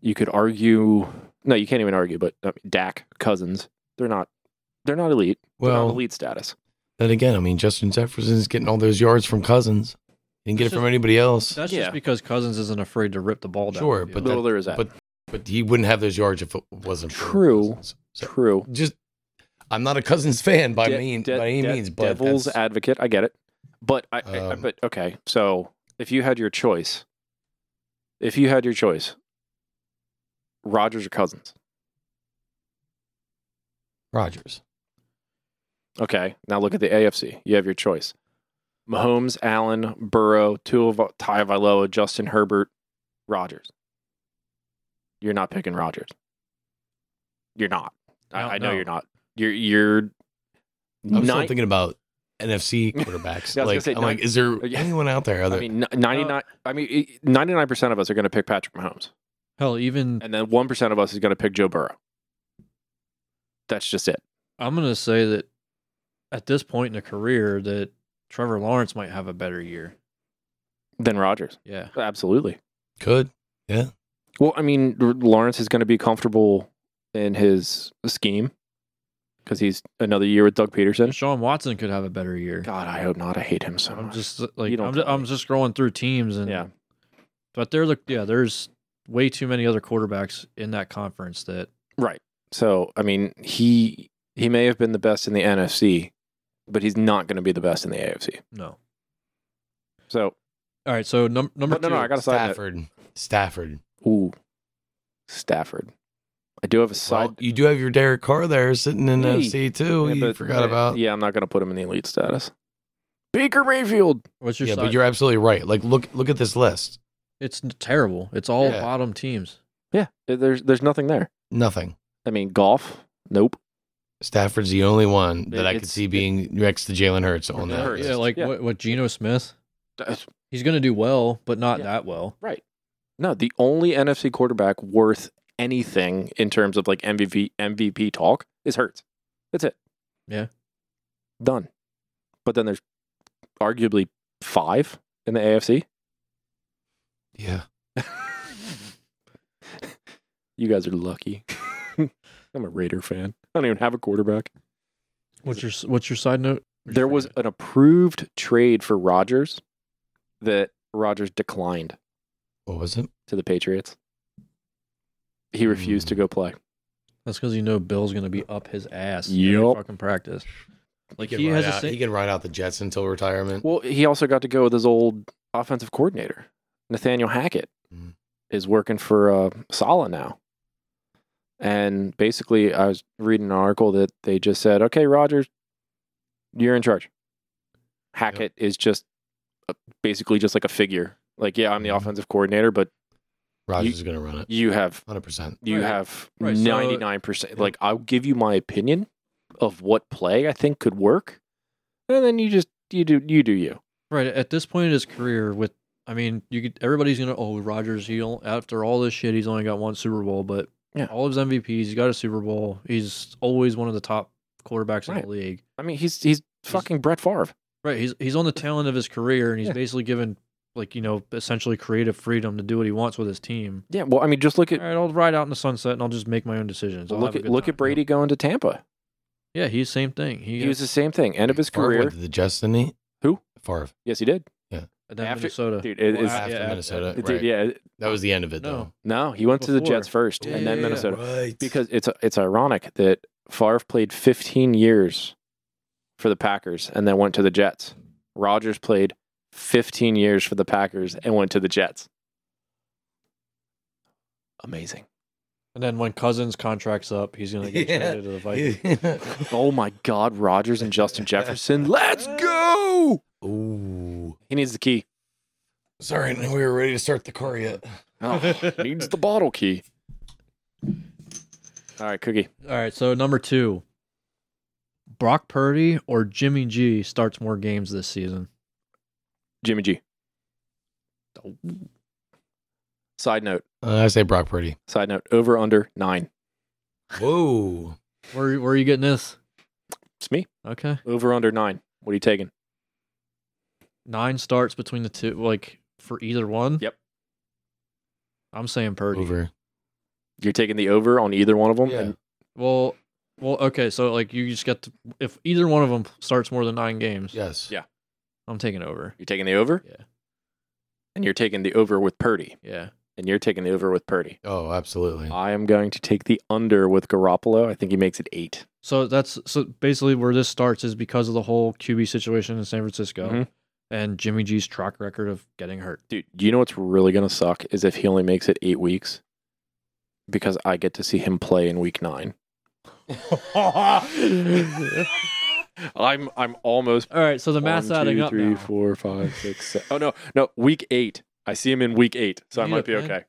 S1: you could argue. No, you can't even argue. But I mean, Dak Cousins, they're not. They're not elite. They're not
S3: Well,
S1: elite status.
S3: then again, I mean, Justin Jefferson's getting all those yards from Cousins. He didn't get it
S2: That's
S3: from
S2: just-
S3: anybody else.
S2: that's
S1: Yeah.
S2: just because Cousins isn't afraid to rip the ball down.
S3: Sure,
S2: the
S3: but
S2: field.
S1: Little there is that.
S3: but- But he wouldn't have those yards if it wasn't for
S1: True.
S3: Cousins. So
S1: True.
S3: just, I'm not a Cousins fan by
S1: De-
S3: mean
S1: de-
S3: by any
S1: de-
S3: means, but
S1: devil's
S3: that's-
S1: advocate. I get it. But I, I-
S3: Um,
S1: But okay. So if you had your choice, if you had your choice, Rogers or Cousins.
S3: Rogers.
S1: Okay. Now look at the AFC. You have your choice. Mahomes, Allen, Burrow, Tua, Ty Vailoa, Justin Herbert, Rogers. You're not picking Rogers. You're not. I,
S2: No,
S1: I know
S2: no.
S1: you're not. You're you're
S3: I'm still
S1: nine-
S3: thinking about NFC quarterbacks.
S1: Yeah, I was gonna
S3: like,
S1: say,
S3: I'm
S1: nine-
S3: like, is there
S1: Yeah.
S3: anyone out there?
S1: I
S3: Other,
S1: mean, n- 99 I mean 99% of us are going to pick Patrick Mahomes.
S2: hell, even
S1: And then 1% of us is going to pick Joe Burrow. That's just it.
S2: I'm gonna say that at this point in a career, that Trevor Lawrence might have a better year.
S1: Then Rogers.
S2: Yeah,
S1: Absolutely.
S3: could
S1: Well, I mean, R- Lawrence is going to be comfortable in his scheme because he's another year with Doug Peterson.
S2: Sean Watson could have a better year.
S1: God, I hope not. I hate him so
S2: I'm
S1: much.
S2: just like
S1: You don't
S2: I'm,
S1: tell
S2: just, I'm
S1: me.
S2: just scrolling through teams and
S1: yeah,
S2: but there look yeah, there's way too many other quarterbacks in that conference that
S1: right. So, I mean, he he may have been the best in the NFC, but he's not going to be the best in the AFC.
S2: no.
S1: So,
S2: All right, so num- number
S1: but no,
S2: two,
S1: no, I got to side note.
S3: Stafford. Stafford.
S1: Ooh, Stafford. I do have a side.
S3: Well, you do have your Derek Carr there sitting in
S1: Hey.
S3: NFC too.
S1: yeah,
S3: you
S1: but- uh,
S3: forgot about.
S1: Yeah, I'm not going to put him in the elite status. Baker Mayfield.
S2: what's your
S3: yeah,
S2: side?
S3: but you're absolutely right. Like, look, look at this list.
S2: it's n- terrible. It's all
S3: Yeah.
S2: bottom teams.
S1: Yeah, there's there's nothing there.
S3: Nothing.
S1: I mean, golf. Nope.
S3: Stafford's the only one that I could
S1: It's-
S3: see being next to Jalen Hurts on
S1: Jalen
S3: that.
S1: Hurts.
S3: list.
S2: Yeah, like
S1: Yeah.
S2: what what Geno Smith?
S1: That's-
S2: He's going to do well, but not
S1: Yeah.
S2: that well.
S1: No, the only NFC quarterback worth anything in terms of like MVP MVP talk is Hurts. That's it.
S2: Yeah.
S1: Done. But then there's arguably five in the AFC.
S3: Yeah.
S1: You guys are lucky. I'm a Raider fan. I don't even have a quarterback.
S2: What's your s- what's your side note? What's your
S1: There
S2: side
S1: was
S2: note?
S1: an approved trade for Rodgers that Rodgers declined
S3: What was it?
S1: to the Patriots. He refused
S3: Hmm.
S1: to go play.
S2: That's because you know Bill's going to be up his ass.
S1: Yup.
S2: Yep. Fucking practice. Like he has
S3: ride
S2: a
S3: out,
S2: sa-
S3: he can ride out the Jets until retirement.
S1: Well, he also got to go with his old offensive coordinator, Nathaniel Hackett,
S2: Mm.
S3: Mhm.
S1: is working for uh, Sala now. And basically, I was reading an article that they just said, "Okay, Rogers, you're in charge." Hackett is just uh, basically just like a figure. Like, yeah, I'm the
S2: Mm-hmm.
S3: Mhm.
S1: offensive coordinator, but
S3: Rogers is going to run it.
S1: you have
S3: 100%.
S1: you
S2: Right.
S1: have
S2: Right, so-
S1: ninety nine percent. Like, I'll give you my opinion of what play I think could work, and then you just you do you do you.
S2: Right at this point in his career, with I mean, you could everybody's gonna oh Rogers he don't- after all this shit he's only got one Super Bowl, but
S1: Yeah.
S2: all of his MVPs he's got a Super Bowl. He's always one of the top quarterbacks in
S1: Right.
S2: the league.
S1: I mean, he's he's fucking Brett Favre.
S2: Right, he's he's on the talent of his career, and he's
S1: Yeah.
S2: basically given like you know essentially creative freedom to do what he wants with his team.
S1: Yeah, well, I mean, just look
S2: All
S1: at
S2: right, I'll ride out in the sunset and I'll just make my own decisions. I'll
S1: look
S2: have a
S1: at
S2: good
S1: look
S2: time.
S1: at Brady going to Tampa.
S2: Yeah, he's same thing. He,
S1: He was the same thing. End of his
S3: Favre
S1: career.
S3: went to the Jets, didn't he?
S1: Who?
S3: Favre.
S1: Yes, he did.
S2: then
S1: after-
S2: Minnesota.
S1: Dude, it
S2: Well,
S1: is.
S2: I-
S3: After
S2: yeah,
S3: Minnesota.
S1: dude,
S3: right.
S1: yeah.
S3: That was the end of it,
S2: No.
S1: No, he went to the
S2: Before.
S1: Jets first,
S2: Yeah,
S1: and then
S2: yeah, yeah.
S1: Minnesota.
S3: Right.
S1: Because it's it's ironic that Favre played 15 years for the Packers and then went to the Jets. Rodgers played 15 years for the Packers and went to the Jets. Amazing.
S2: And then when Cousins contracts up, he's gonna get
S3: Yeah.
S2: traded to the Vikings.
S1: Oh my God, Rogers and Justin Jefferson. Let's go.
S3: Ooh.
S1: He needs the key.
S3: Sorry, we were ready to start the car yet.
S1: Oh, needs the bottle key. All right, Cookie.
S2: All right, so number two, Brock Purdy or Jimmy G starts more games this season.
S1: Jimmy G. Side note.
S3: Uh, I say Brock Purdy.
S1: Side note. Over under nine.
S3: Whoa.
S2: Where where are you getting this?
S1: It's me.
S2: Okay,
S1: Over under nine. What are you taking?
S2: nine starts between the two, like for either one.
S1: Yep.
S2: I'm saying Purdy.
S3: Over.
S1: You're taking the over on either one of them.
S3: Yeah.
S1: And
S2: Well, well, okay. So like you just get to, if either one of them starts more than nine games,
S3: Yes.
S1: Yeah.
S2: I'm taking over.
S1: you're taking the over.
S2: Yeah.
S1: And you're taking the over with Purdy.
S2: Yeah.
S1: And you're taking the over with Purdy.
S3: Oh, absolutely.
S1: I am going to take the under with Garoppolo. I think he makes it eight.
S2: So that's so basically where this starts is because of the whole QB situation in San Francisco
S1: Mhm.
S2: and Jimmy G's track record of getting hurt.
S1: Dude, you know what's really going to suck is if he only makes it eight weeks because I get to see him play in week nine. I'm I'm almost
S2: All right, so the math's
S1: one,
S2: adding
S1: two,
S2: up.
S1: three,
S2: now.
S1: four, five, six, se- Oh no, no, week eight. I see him in week eight, so I
S2: You
S1: might be
S2: need a
S1: okay.
S2: plan?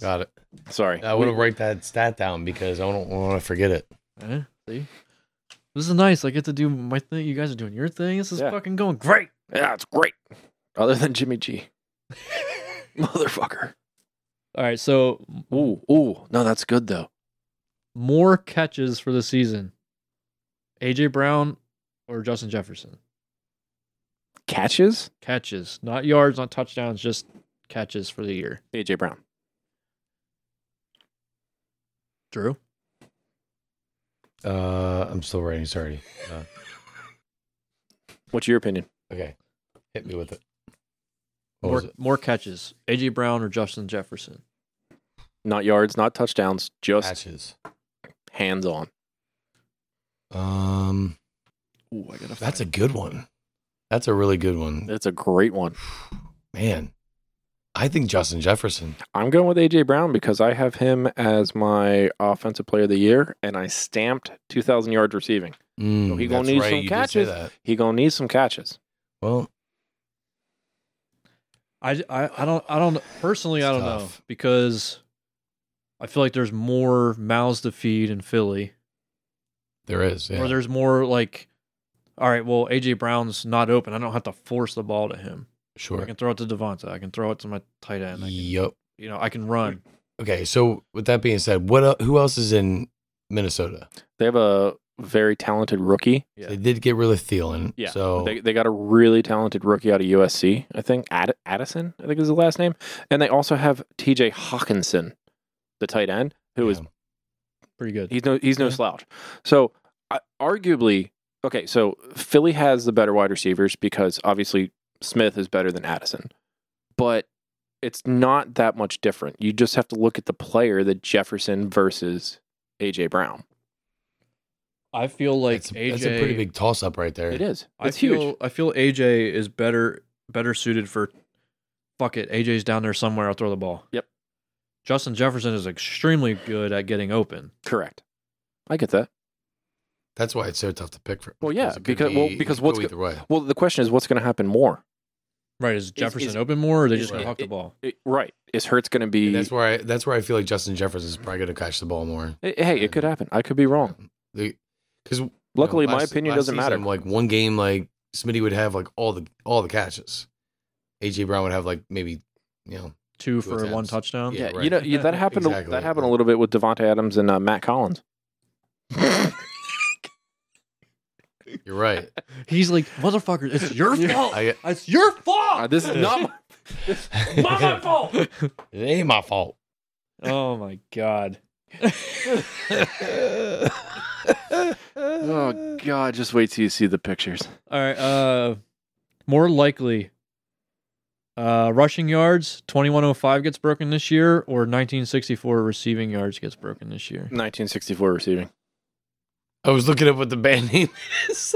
S3: Got it.
S1: Sorry.
S3: I would have write that stat down because I don't want to forget it.
S2: Eh, see, this is nice. I get to do my thing. You guys are doing your thing. This is
S1: Yeah.
S2: fucking going great.
S1: yeah, it's great. Other than Jimmy G. Motherfucker.
S2: All right, so
S1: Ooh, ooh. No, that's good though.
S2: more catches for the season, AJ Brown or Justin Jefferson.
S1: Catches?
S2: catches, not yards, not touchdowns, just catches for the year.
S1: AJ Brown.
S2: Drew,
S3: Uh, I'm still writing. Sorry. Uh,
S1: What's your opinion?
S3: okay. Hit me with it. What
S2: more,
S3: was it?
S2: more catches, AJ Brown or Justin Jefferson?
S1: Not yards, not touchdowns, just
S3: Patches.
S1: hands on.
S3: Um,
S2: Ooh, I gotta.
S3: that's a good one. That's a really good one.
S1: That's a great one.
S3: Man, I think Justin Jefferson.
S1: I'm going with AJ Brown because I have him as my offensive player of the year, and I stamped 2,000 yards receiving.
S3: Mm,
S1: So he gonna
S3: that's
S1: need some
S3: you did say
S1: catches.
S3: that.
S1: He gonna need some catches.
S3: Well,
S2: I, I I don't I don't personally I
S3: It's
S2: don't know
S3: tough.
S2: because I feel like there's more mouths to feed in Philly,
S3: there is. Yeah.
S2: or there's more like, all right, well AJ Brown's not open. I don't have to force the ball to him. I
S3: sure.
S2: can throw it to Devonta. I can throw it to my tight end. I can,
S3: Yup.
S2: You know I can run.
S3: Okay. So with that being said, what el- who else is in Minnesota?
S1: They have a very talented rookie.
S2: Yeah.
S3: They did get rid of Thielen.
S1: Yeah.
S3: So
S1: They, they got a really talented rookie out of USC, I think. Add- Addison, I think is the last name. And they also have TJ Hawkinson, the tight end, who is
S3: Yeah.
S2: Pretty good.
S1: he's no he's no
S2: Yeah.
S1: slouch. So I, arguably, okay, so Philly has the better wide receivers because obviously Smith is better than Addison, but it's not that much different. You just have to look at the player that Jefferson versus AJ Brown.
S2: I feel like
S3: that's,
S2: AJ.
S3: that's a pretty big toss up right there.
S1: It is.
S2: I
S1: It's
S2: feel
S1: huge.
S2: I feel AJ is better better suited for fuck it. AJ's down there somewhere. I'll throw the ball.
S1: Yep.
S2: Justin Jefferson is extremely good at getting open.
S1: Correct. I get that.
S3: That's why it's so tough to pick for.
S1: Well, yeah,
S3: it could
S1: because- well,
S3: be- it
S1: because
S3: could go
S1: what's go-
S3: either way?
S1: Well, the question is, what's going to happen more?
S2: Right? Is Jefferson
S1: is-
S2: open more, or they
S1: is-
S2: just gonna
S3: Right.
S2: huck the
S1: it-
S2: ball?
S1: It- right. Is Hertz going to be?
S3: And that's where I that's where I feel like Justin Jefferson is probably going to catch the ball more.
S1: hey, it could happen. I could be wrong.
S3: Because
S1: Oh. Luckily, my opinion doesn't matter.
S3: Like one game, like Smitty would have like all the all the catches. AJ Brown would have like maybe you know
S2: Two
S3: two
S2: for one
S3: attempts.
S2: touchdown.
S1: Yeah,
S3: Yeah,
S1: you
S3: right.
S1: know yeah, that happened.
S3: Exactly.
S1: that happened a little bit with Devonte Adams and uh, Matt Collins.
S3: you're right.
S2: He's like, motherfucker, it's your
S1: Yeah.
S2: fault.
S3: I,
S2: It's your
S1: Uh,
S2: fault.
S1: this is not. My,
S3: not my fault. it ain't my fault.
S2: oh my god.
S1: oh God! Just wait till you see the pictures.
S2: All right. Uh, more likely. Uh, rushing yards, twenty one oh five gets broken this year, or nineteen sixty four receiving yards gets broken this year.
S1: 1964 receiving.
S3: I was looking up what the band name is.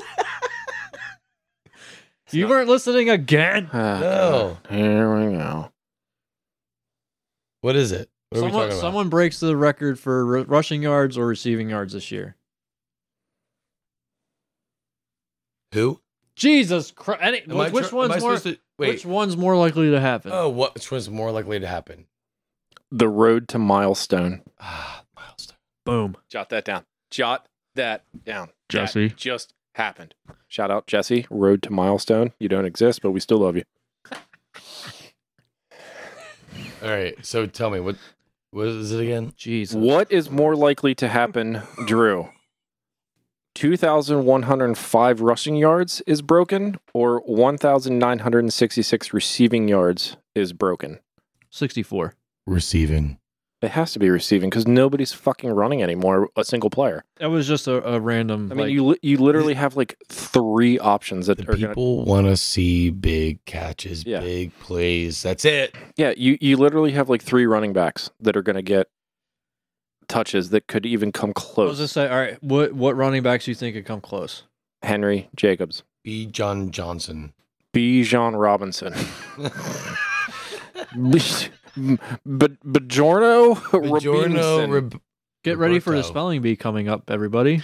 S2: you weren't listening
S3: Uh,
S2: again.
S1: Ah,
S3: No.
S1: God. Here we go.
S3: What is it? What are we
S2: Someone,
S3: talking about?
S2: someone breaks the record for r- rushing yards or receiving yards this year.
S3: Who?
S2: Jesus Christ!
S3: Am I
S2: Which
S3: tr- am I
S2: one's more?
S3: supposed to- wait.
S2: Which one's more likely to happen?
S3: oh, what? Which one's more likely to happen?
S1: The road to milestone.
S3: Ah, milestone.
S2: Boom!
S1: Jot that down. Jot that down.
S2: Jesse.
S1: That just happened. Shout out Jesse. Road to milestone. You don't exist, but we still love you.
S3: All right. So tell me what. What is it again?
S2: Jesus.
S1: What is more likely to happen, Drew? 2,105 rushing yards is broken, or 1,966 receiving yards is broken.
S2: Sixty-four.
S3: Receiving.
S1: It has to be receiving because nobody's fucking running anymore. A single player.
S2: That was just a, a random.
S1: I mean,
S2: like-
S1: you li- you literally have like three options that
S3: Mm-hmm. The
S1: are gonna.
S3: people want to see big catches,
S1: Yeah.
S3: big plays. That's it.
S1: Yeah, you you literally have like three running backs that are gonna get touches that could even come
S2: I was
S1: close.
S2: gonna say, all right, what what running backs do you think could come close?
S1: Henry Jacobs,
S3: B. John Johnson.
S1: Bijan Robinson. But Bajorno
S3: Bjorno
S1: Robinson.
S3: Rib-
S2: Get ready for the
S3: Roberto.
S2: spelling bee coming up, everybody.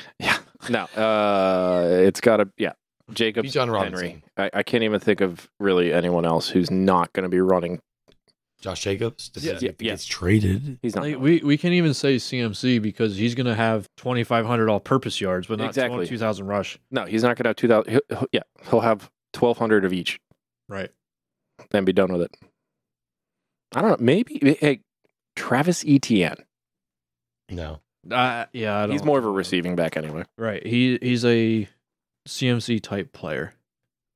S1: No, uh, it's got to yeah. Jacobs
S3: Bijan
S1: Henry.
S3: Robinson.
S1: I, I can't even think of really anyone else who's not going to be running.
S3: Josh Jacobs. Does
S1: Yeah,
S3: that
S1: yeah,
S3: think
S1: yeah.
S3: It's traded.
S1: He's not.
S2: Like,
S1: running.
S2: we we can't even say CMC because he's gonna have twenty five hundred all purpose yards, but not
S1: Exactly.
S2: two thousand rush.
S1: no, he's not going to have two thousand. Yeah, he'll have twelve hundred of each
S2: Right.
S1: and be done with it. I don't know. Maybe eh, hey, Travis Etienne.
S3: No.
S2: Uh, yeah, I don't,
S1: He's more of a receiving back anyway.
S2: Right. He he's a CMC type player.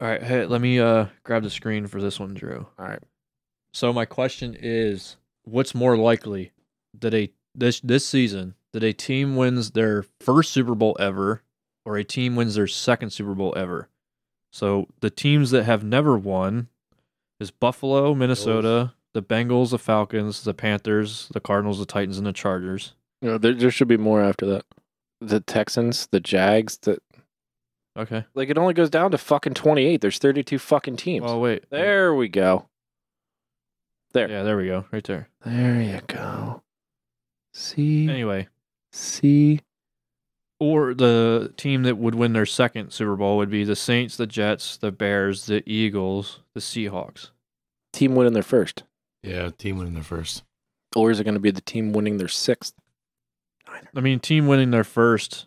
S2: All right. Hey, let me uh grab the screen for this one, Drew.
S1: All right.
S2: So my question is, what's more likely that a this this season that a team wins their first Super Bowl ever, or a team wins their second Super Bowl ever? So the teams that have never won is Buffalo, Minnesota, the Bengals, the Falcons, the Panthers, the Cardinals, the Titans, and the Chargers.
S1: You know, there there should be more after that. The Texans, the Jags, the
S2: Okay.
S1: like. It only goes down to fucking twenty eight. There's thirty two fucking teams.
S2: Oh wait.
S1: There we go. There.
S2: Yeah, there we go. Right there.
S1: There you go. See,
S2: Anyway,
S1: see.
S2: or the team that would win their second Super Bowl would be the Saints, the Jets, the Bears, the Eagles, the Seahawks.
S1: Team winning their first,
S3: Yeah, team winning their first.
S1: or is it going to be the team winning their sixth?
S2: I mean, team winning their first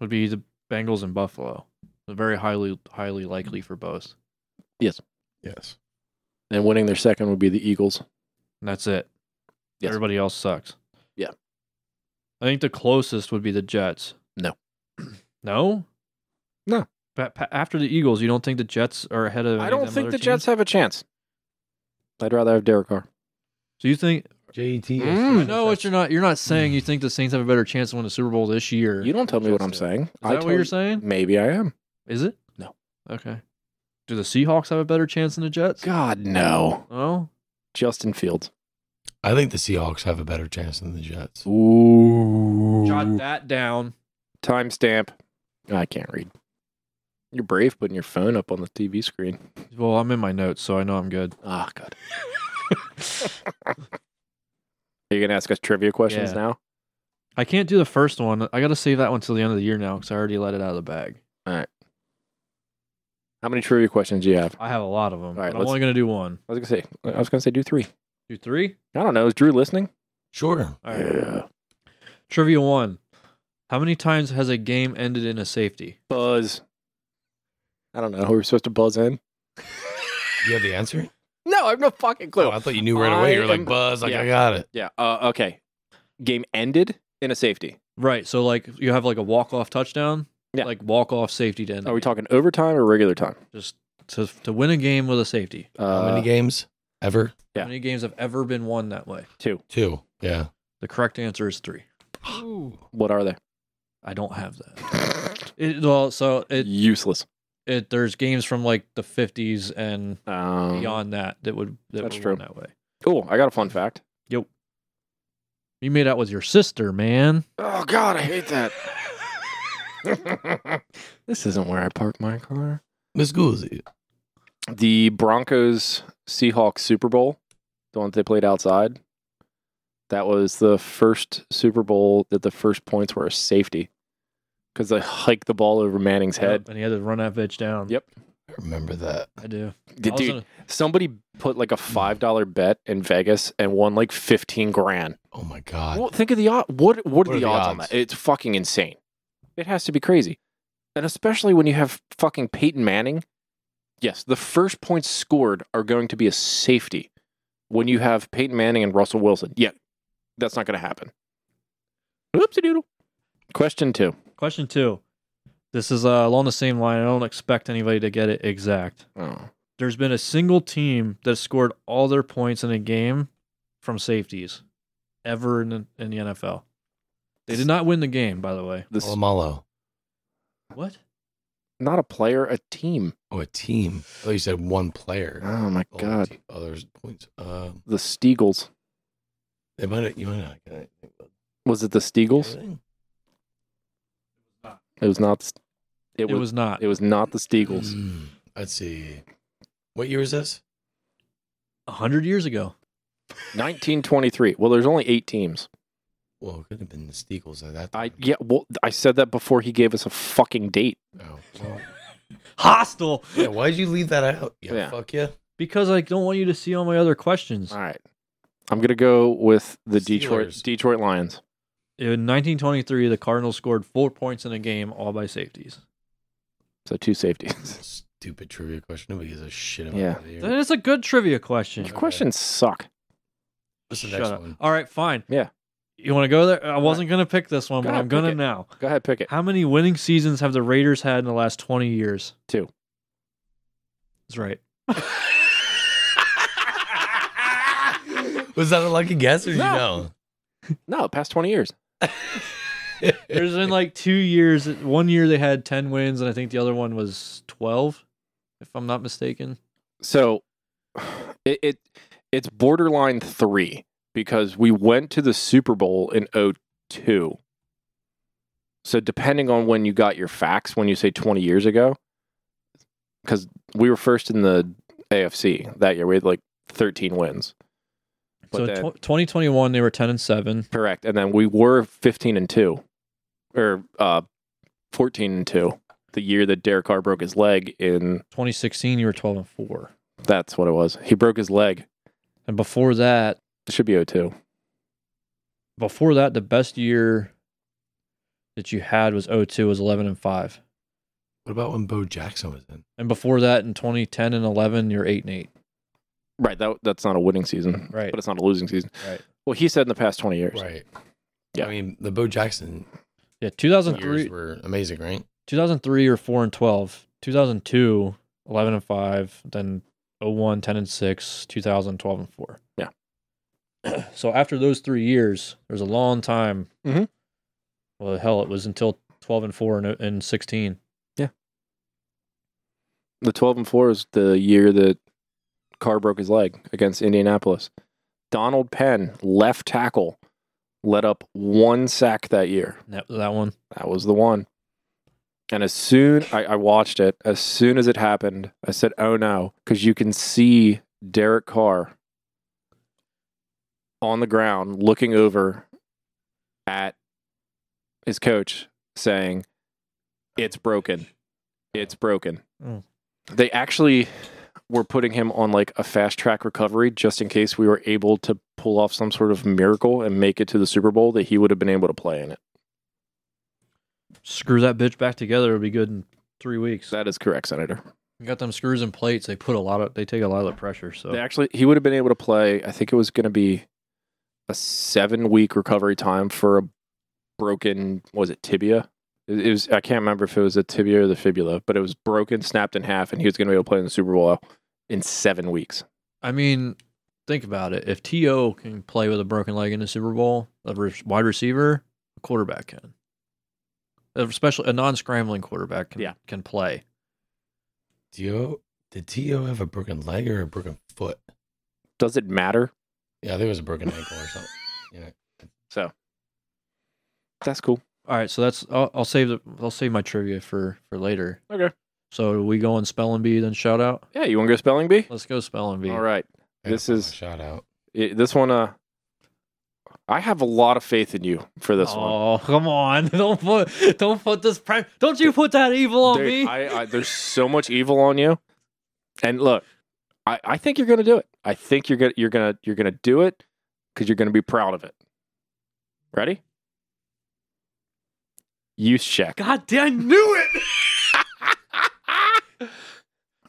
S2: would be the Bengals and Buffalo. Very highly, highly likely for both.
S3: Yes.
S1: And winning their second would be the Eagles.
S2: And that's it.
S1: Yes.
S2: Everybody else sucks.
S1: Yeah.
S2: I think the closest would be the Jets.
S1: No.
S2: No.
S1: No.
S2: But pa- after the Eagles, you don't think the Jets are ahead of?
S1: I
S2: any of
S1: don't
S2: them
S1: think
S2: other
S1: the
S2: teams?
S1: Jets have a chance. I'd rather have Derek Carr.
S2: So you think?
S3: JT.
S1: Mm.
S2: No, what you're not. You're not saying you think the Saints have a better chance to win the Super Bowl this year.
S1: You don't tell me what I'm
S2: Jets do.
S1: saying.
S2: Is that what you're saying?
S1: Maybe I am.
S2: Is it?
S1: No.
S2: Okay. Do the Seahawks have a better chance than the Jets?
S1: God no.
S2: Oh,
S1: Justin Fields.
S3: I think the Seahawks have a better chance than the Jets.
S1: Ooh.
S2: jot that down.
S1: Timestamp. I can't read. You're brave putting your phone up on the TV screen.
S2: Well, I'm in my notes, so I know I'm good.
S1: Ah, God. Are you going to ask us trivia questions
S2: Yeah.
S1: now?
S2: I can't do the first one. I got to save that one till the end of the year now because I already let it out of the bag.
S1: How many trivia questions do you have?
S2: I have a lot of them.
S1: All right,
S2: but I'm
S1: let's-
S2: only gonna do one.
S1: I was going to say, I was going to say do three.
S2: Do three.
S1: I don't know. Is Drew listening?
S3: Sure.
S2: All right. Trivia one. How many times has a game ended in a safety?
S1: Buzz. I don't know. Are we supposed to buzz in?
S3: You have the answer?
S1: No, I have no fucking clue.
S3: Oh, I thought you knew right away.
S1: I
S3: You're like,
S1: am-
S3: Buzz, like,
S1: yeah.
S3: I got it.
S1: yeah. Uh, okay. Game ended in a safety.
S2: Right. So like you have like a walk off touchdown.
S1: Yeah.
S2: Like walk off safety to end.
S1: Are we talking overtime or regular time?
S2: just to to win a game with a safety?
S1: Uh,
S3: How many games ever?
S1: Yeah.
S2: How many games have ever been won that way?
S1: Uh,
S3: Two. Yeah.
S2: The correct answer is three.
S1: What are they?
S2: I don't have that. It, well, so it,
S1: Useless.
S2: it there's games from like the 50s and
S1: Um,
S2: beyond that that would that
S1: That's
S2: were won
S1: true.
S2: that way.
S1: Cool. I got a fun fact.
S2: You made out with your sister, man.
S1: Oh God, I hate that. this isn't where I park my car.
S3: Miss Goolsey.
S1: The Broncos Seahawks Super Bowl, the one that they played outside. That was the first Super Bowl that the first points were a safety because they hiked the ball over Manning's head.
S2: and he had to run that bitch down.
S1: Yep.
S3: I remember that.
S2: I do. I
S1: Dude,
S2: was in a-
S1: somebody put like a five dollar bet in Vegas and won like fifteen grand.
S3: Oh my god.
S1: Well, think of the odd. What what are, the, odds, on
S3: odds?
S1: that? It's fucking insane. It has to be crazy, and especially when you have fucking Peyton Manning. Yes, the first points scored are going to be a safety when you have Peyton Manning and Russell Wilson. Yeah, that's not going to happen. Oopsie doodle. Question two.
S2: Question two. This is uh, along the same line. I don't expect anybody to get it exact.
S1: Oh,
S2: There's been a single team that scored all their points in a game from safeties ever in the, in the NFL. They did not Oh. win the game, by the way.
S1: this
S3: Alamalo.
S2: What?
S1: not a player, a team.
S3: Oh, a team. Oh, you said one player.
S1: Oh my
S3: Oh,
S1: god,
S3: te- Oh, there's points. Um,
S1: the Steagles.
S3: they might have, you might not get it.
S1: Was it the Steagles? It was not. the- It
S2: It,
S1: was,
S2: was, not.
S1: It was not the Steagles.
S3: Mm, let's see. What year is this?
S2: A hundred years ago.
S1: 1923. Well, there's only eight teams.
S3: Well, it could have been the Steagles at that
S1: I
S3: time.
S1: yeah. Well, I said that before he gave us a fucking date.
S3: Oh, well,
S2: Hostile.
S3: yeah, why'd you leave that out? Yeah,
S1: Yeah.
S3: fuck yeah.
S2: Because I don't want you to see all my other questions.
S1: All right. I'm gonna go with the Detroit
S3: Steelers.
S1: Detroit Lions.
S2: In 1923, the Cardinals scored four points in a game, all by safeties.
S1: So two safeties.
S3: Stupid trivia question. Nobody gives a shit about
S1: Yeah.
S3: that here.
S2: That is a good trivia question.
S1: Your questions suck.
S3: What's the
S2: Shut
S3: next
S2: up.
S3: one?
S2: All right, fine.
S1: Yeah.
S2: You want to go there? I wasn't going to pick this one,
S1: Go
S2: but
S1: ahead,
S2: I'm going
S1: pick
S2: to
S1: it.
S2: now.
S1: Go ahead, pick it.
S2: How many winning seasons have the Raiders had in the last 20 years?
S1: Two.
S2: That's right.
S3: Was that a lucky guess or
S1: No. No, past 20 years.
S3: did you know?
S2: There's been like two years. One year they had 10 wins, and I think the other one was 12, if I'm not mistaken.
S1: So it, it it's borderline three because we went to the Super Bowl in 02. So depending on when you got your facts, when you say 20 years ago, because we were first in the AFC that year, we had like 13 wins. But
S2: so
S1: then-
S2: tw- 2021, they were 10 and 7.
S1: Correct. And then we were 15 and 2 or uh 14 and 2 the year that Derek Carr broke his leg in
S2: 2016, you were 12 and 4.
S1: that's what it was. He broke his leg.
S2: And before that,
S1: It should be 02.
S2: before that, the best year that you had was 02, was 11 and 5.
S3: what about when Bo Jackson was in?
S2: And before that, in 2010 and 11, you're 8 and 8.
S1: Right, that that's not a winning season.
S2: Right.
S1: But it's not a losing season.
S2: Right.
S1: Well, he said in the past 20 years.
S3: Right.
S1: Yeah.
S3: I mean, the Bo Jackson
S2: Yeah,
S3: years
S2: 2003,
S3: were amazing, right?
S2: 2003 or 4 and 12 2002 11 and 5 then 01 10 and 6 2012 and 4
S1: Yeah.
S2: so after those three years there's a long time
S1: Mhm.
S2: well hell it was until 12 and 4 and, uh, and 16
S1: The 12 and 4 is the year that Carr broke his leg against Indianapolis. Donald Penn, left tackle, let up one sack that year.
S2: that, that one
S1: That was the one. And as soon I, I watched it, as soon as it happened, I said, "Oh no!" Because you can see Derek Carr on the ground looking over at his coach, saying, "It's broken. It's broken."
S2: Mm.
S1: They actually were putting him on like a fast track recovery just in case we were able to pull off some sort of miracle and make it to the Super Bowl that he would have been able to play in it.
S2: screw that bitch back together it'll be good in three weeks
S1: That is correct, Senator.
S2: you got them screws and plates they put a lot of they take a lot of the pressure so
S1: They actually, he would have been able to play. I think it was going to be a seven week recovery time for a broken, what was it tibia? It, it was. I can't remember if it was a tibia or the fibula, but it was broken, snapped in half, and he was going to be able to play in the Super Bowl in seven weeks.
S2: I mean, think about it. If T.O. can play with a broken leg in the Super Bowl, a re- wide receiver, a quarterback can. Especially a non scrambling quarterback can,
S1: Yeah.
S2: can play.
S3: T.O. Did T.O. have a broken leg or a broken foot?
S1: Does it matter?
S3: Yeah, I think it was a broken ankle or something.
S1: So that's cool.
S2: All right, so that's I'll, I'll save the I'll save my trivia for for later.
S1: Okay.
S2: So we go on spelling bee then shout out.
S1: Yeah, you want to go spelling bee?
S2: Let's go spelling bee.
S1: All right. This
S3: Yeah,
S1: is-
S3: shout out.
S1: It- this one, uh, I have a lot of faith in you for this one.
S2: oh, come on! Don't put don't put this pre- don't you put that evil on
S1: Dude,
S2: me?
S1: I, I, there's so much evil on you. And look, I, I think you're gonna do it. I think you're gonna you're gonna you're gonna do it because you're gonna be proud of it. Ready? Use check.
S2: God damn, I knew it.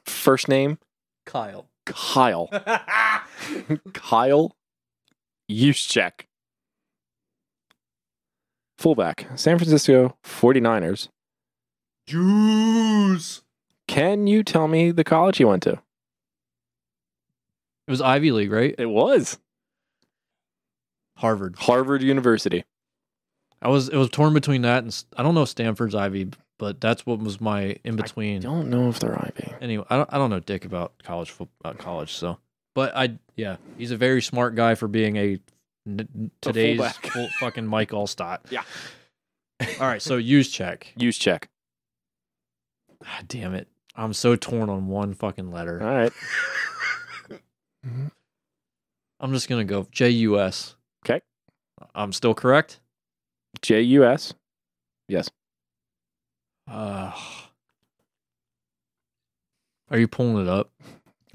S1: First name
S2: Kyle.
S1: Kyle. Kyle check. Fullback, San Francisco 49ers.
S2: Juice.
S1: Can you tell me the college you went to?
S2: It was Ivy League, right?
S1: It was
S2: Harvard.
S1: Harvard University.
S2: I was it was torn between that and S- I don't know if Stanford's Ivy, but that's what was my in between.
S1: Don't know if they're Ivy.
S2: Anyway, I don't I don't know dick about college football, about college, so but I yeah, he's a very smart guy for being a n- n- today's
S1: fullback.
S2: full, fucking Mike Allstott.
S1: Yeah.
S2: All right, so use check.
S1: Use check.
S2: God damn it. I'm so torn on one fucking
S1: All
S2: letter.
S1: right.
S2: I'm just going to go J U S.
S1: Okay.
S2: I'm still correct?
S1: J U S.
S2: Uh, are you pulling it up?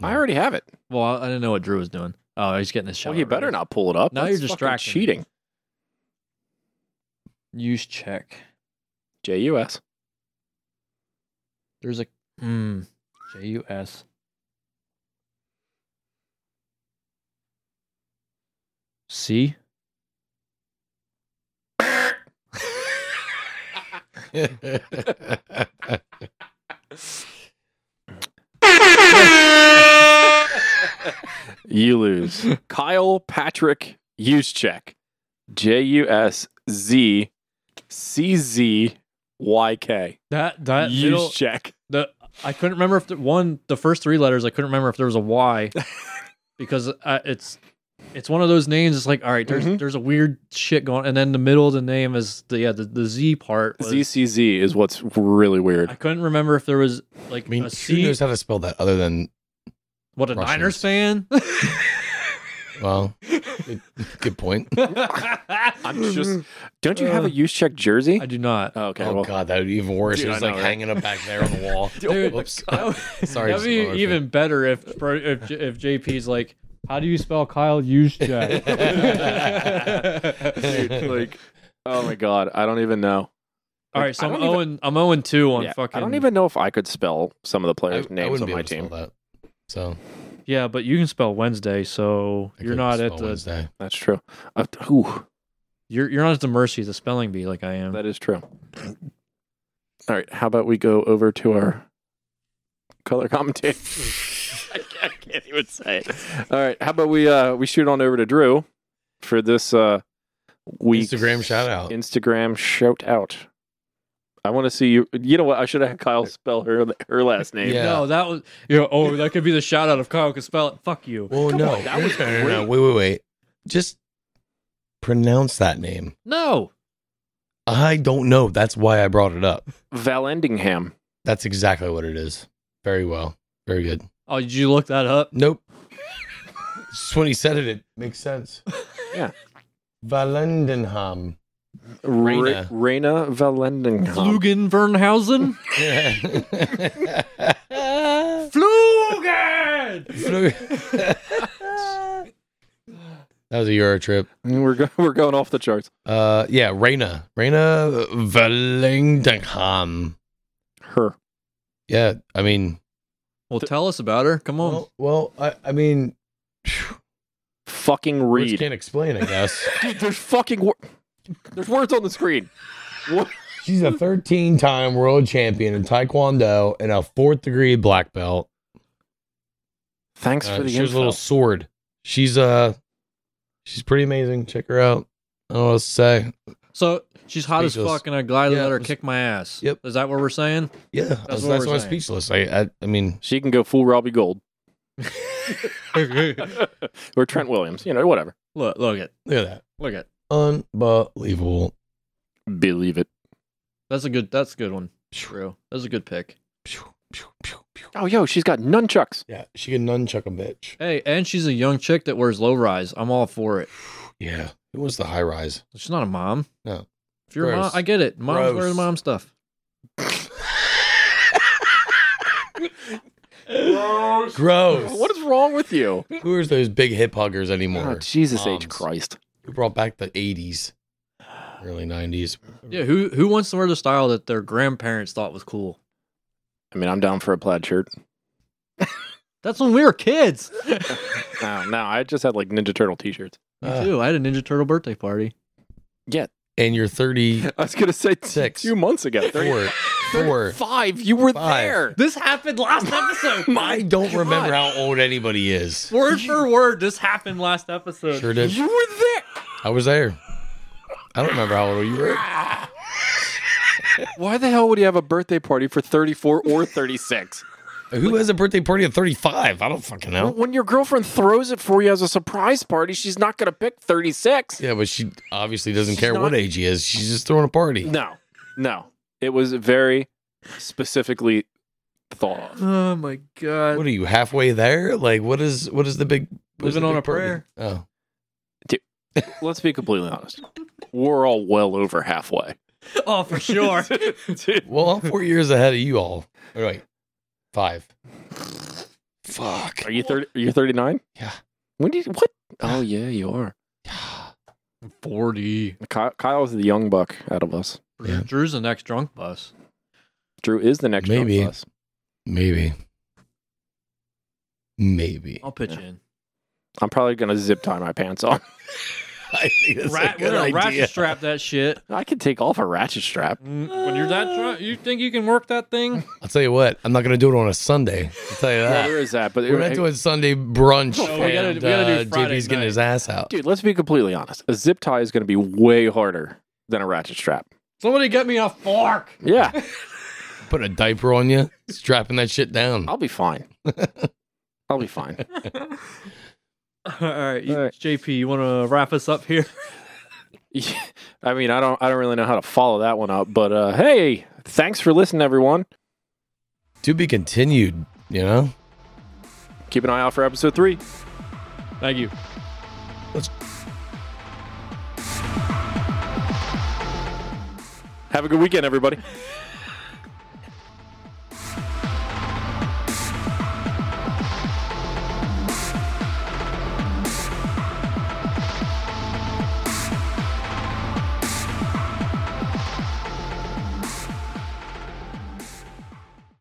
S1: I already have it.
S2: Well, I, I didn't know what Drew was doing. Oh, he's getting his shot.
S1: Well, you better not pull it up.
S2: Now you're
S1: fucking
S2: distracting me.
S1: Cheating.
S2: Use check.
S1: J U S.
S2: There's a mm, J U S. C.
S1: You lose. Kyle Patrick Yuschek. J U S Z C Z Y K.
S2: That that middle,
S1: Yuschek.
S2: the I couldn't remember if the one the first three letters I couldn't remember if there was a Y because I, it's it's one of those names. It's like all right, there's
S1: Mhm.
S2: there's a weird shit going, and then the middle of the name is the yeah the, the Z part. Was,
S1: Z C Z is what's really
S2: I
S1: weird.
S2: couldn't remember if there was like
S3: I mean,
S2: a
S3: who
S2: C.
S3: knows how to spell that other than
S2: What a Niners fan.
S3: well? Good point.
S1: I'm just. Don't you have a Yuschek jersey?
S2: I do not.
S1: Oh, okay.
S3: oh
S1: well,
S3: god, that would be even worse.
S1: Dude,
S3: it
S1: I
S3: was
S1: know,
S3: like
S1: right?
S3: hanging up back there on the wall.
S2: Dude,
S3: Oops.
S2: that would-
S3: Sorry,
S2: That'd be
S3: Scarlett.
S2: even better if Bro- if J- if JP's like, how do you spell Kyle Juszczyk?
S1: like, oh my god, I don't even know.
S2: All
S1: Like,
S2: right, so
S1: I
S2: I'm
S1: don't even-
S2: Owen. I'm Owen two on
S1: Yeah,
S2: fucking.
S1: I don't even know if I could spell some of the
S3: I, I
S1: players'
S3: wouldn't
S1: names on
S3: be
S1: my
S3: able to spell
S1: team.
S3: that. So
S2: Yeah, but you can spell Wednesday, so
S3: I
S2: you're
S3: could
S2: not at
S3: spell
S2: the
S3: Wednesday.
S1: That's true. Uh, whew,
S2: you're you're not at the mercy of the spelling bee like I am.
S1: that is true. All right, how about we go over to our color commentator? I, can't, I can't even say it. All right, how about we uh we shoot on over to Drew for this uh week's
S3: Instagram shout out.
S1: Instagram shout out. I want to see you. You know what? I should have had Kyle spell her her last name.
S3: Yeah.
S2: No, that was you know, oh that could be the shout out if Kyle could spell it. Fuck you.
S3: Well, no,
S1: on, that was
S3: no, no, no, Wait, wait, wait. Just pronounce that name.
S2: No.
S3: I don't know. That's why I brought it up.
S1: Val Endingham.
S3: That's exactly what it is. Very well. Very good.
S2: Oh, did you look that up?
S3: Nope. Just when he said it, it makes sense.
S1: Yeah.
S3: Valendenham.
S1: Raina
S3: Raina.
S1: Raina Valendingham.
S2: Flugen Vernhausen. Flugen.
S3: that was a Euro trip.
S1: We're go- we're going off the charts.
S3: Uh, yeah, Raina. Raina Valendenham.
S1: Her.
S3: Yeah, I mean,
S2: Well, tell us about her. Come on.
S3: well, well I, I mean,
S1: Fucking
S3: words
S1: read.
S3: can't explain, I guess.
S1: Dude, there's fucking wor- there's words on the screen. What?
S3: She's a 13 time world champion in Taekwondo and a fourth degree black belt.
S1: Thanks
S3: Uh,
S1: for the
S3: she was a
S1: info.
S3: little sword. She's uh she's pretty amazing. Check her out. I don't know what else to say.
S2: So she's hot as
S3: Speechless.
S2: fuck, and I gladly
S3: Yeah,
S2: let her
S3: it was-
S2: kick my ass.
S3: Yep.
S2: Is that what we're saying?
S3: Yeah, that's,
S2: That's
S3: that's,
S2: what we're
S3: why I'm
S2: saying.
S3: speechless. I, I I mean,
S1: She can go full Robbie Gold
S2: look,
S1: or Trent Williams. You know, whatever.
S2: look it,
S3: look at
S2: look it.
S3: that. Unbelievable.
S1: Believe it.
S2: That's a good. That's a good one. True. That's a good pick.
S3: Pew, pew, pew, pew.
S1: Oh, yo, she's got nunchucks.
S3: Yeah, she can nunchuck a bitch.
S2: Hey, and she's a young chick that wears low rise. I'm all for it.
S3: Yeah. Who wants the high rise?
S2: She's not a mom.
S3: No.
S2: If you're a mom,
S3: Gross.
S2: I get it. Moms
S3: Gross.
S2: wearing mom stuff.
S3: Gross.
S1: What is wrong with you?
S3: Who are those big hip huggers anymore?
S1: Oh, Jesus H.
S3: Moms.
S1: Christ.
S3: Who brought back the 80s, early 90s?
S2: Yeah, who who wants to wear the style that their grandparents thought was cool?
S1: I mean, I'm down for a plaid shirt.
S2: That's when we were kids. Me
S1: No, no, I just had like Ninja Turtle t shirts.
S3: Ah.
S2: too. I had a Ninja Turtle birthday party.
S1: Yeah.
S3: And you're 30.
S1: I was going to say t-
S3: Six.
S1: two months ago.
S3: Four. Four.
S1: Five. You were
S3: Five.
S1: there.
S2: This happened last episode.
S3: I don't remember how old anybody is.
S2: word for word, this happened last episode.
S3: Sure did.
S1: You were there.
S3: I was there. I don't remember how old you were.
S1: Why the hell would you have a birthday party for 34 or 36?
S3: Who has a birthday party at 35? I don't fucking know.
S1: When your girlfriend throws it for you as a surprise party, she's not going to pick 36.
S3: Yeah, but she obviously doesn't
S1: She's
S3: care
S1: not-
S3: what age he is. She's just throwing a party.
S1: No, no. It was very specifically thought of.
S2: Oh my god.
S3: What are you halfway there? Like, what is what is the big what is
S2: Living
S3: the
S2: on
S3: big
S2: a prayer.
S3: Oh,
S1: Let's be completely honest. We're all well over halfway.
S2: Oh, for sure.
S1: Dude,
S3: well, I'm four years ahead of you all. All right, five. Fuck.
S1: are you 30? Are you 39?
S3: Yeah.
S1: When did what? Oh yeah, you are.
S2: Forty.
S1: Ky- Kyle's the young buck out of us.
S3: Yeah.
S2: Drew's the next drunk bus.
S1: Drew is the next
S3: Maybe.
S1: young of us.
S3: Maybe. Maybe.
S2: I'll pitch
S1: Yeah.
S2: in.
S1: I'm probably gonna zip tie my pants on.
S3: I think that's
S2: Rat,
S3: a
S2: we're
S3: good
S2: gonna
S3: idea.
S2: ratchet strap that shit.
S1: I could take off a ratchet strap.
S2: Mm, when you're that drunk, you think you can work that thing?
S3: I'll tell you what. I'm not gonna do it on a Sunday. I'll tell you
S1: Yeah,
S3: that.
S1: there is that. But
S3: We're not doing Sunday brunch.
S2: No, we gotta-
S3: and,
S2: we gotta do
S3: uh,
S2: Friday
S3: JB's getting
S2: night.
S3: his ass out.
S1: dude, let's be completely honest. A zip tie is gonna be way harder than a ratchet strap.
S2: Somebody get me a fork.
S1: Yeah,
S3: Put a diaper on you, strapping that shit down.
S1: I'll be fine. I'll be fine.
S2: All right, you-
S1: All right.
S2: JP, you want to wrap us up here?
S1: Yeah, I mean, I don't, I don't really know how to follow that one up, but uh, hey, thanks for listening, everyone.
S3: To be continued. You know.
S1: Keep an eye out for episode three.
S2: Thank you.
S1: Have a good weekend, everybody.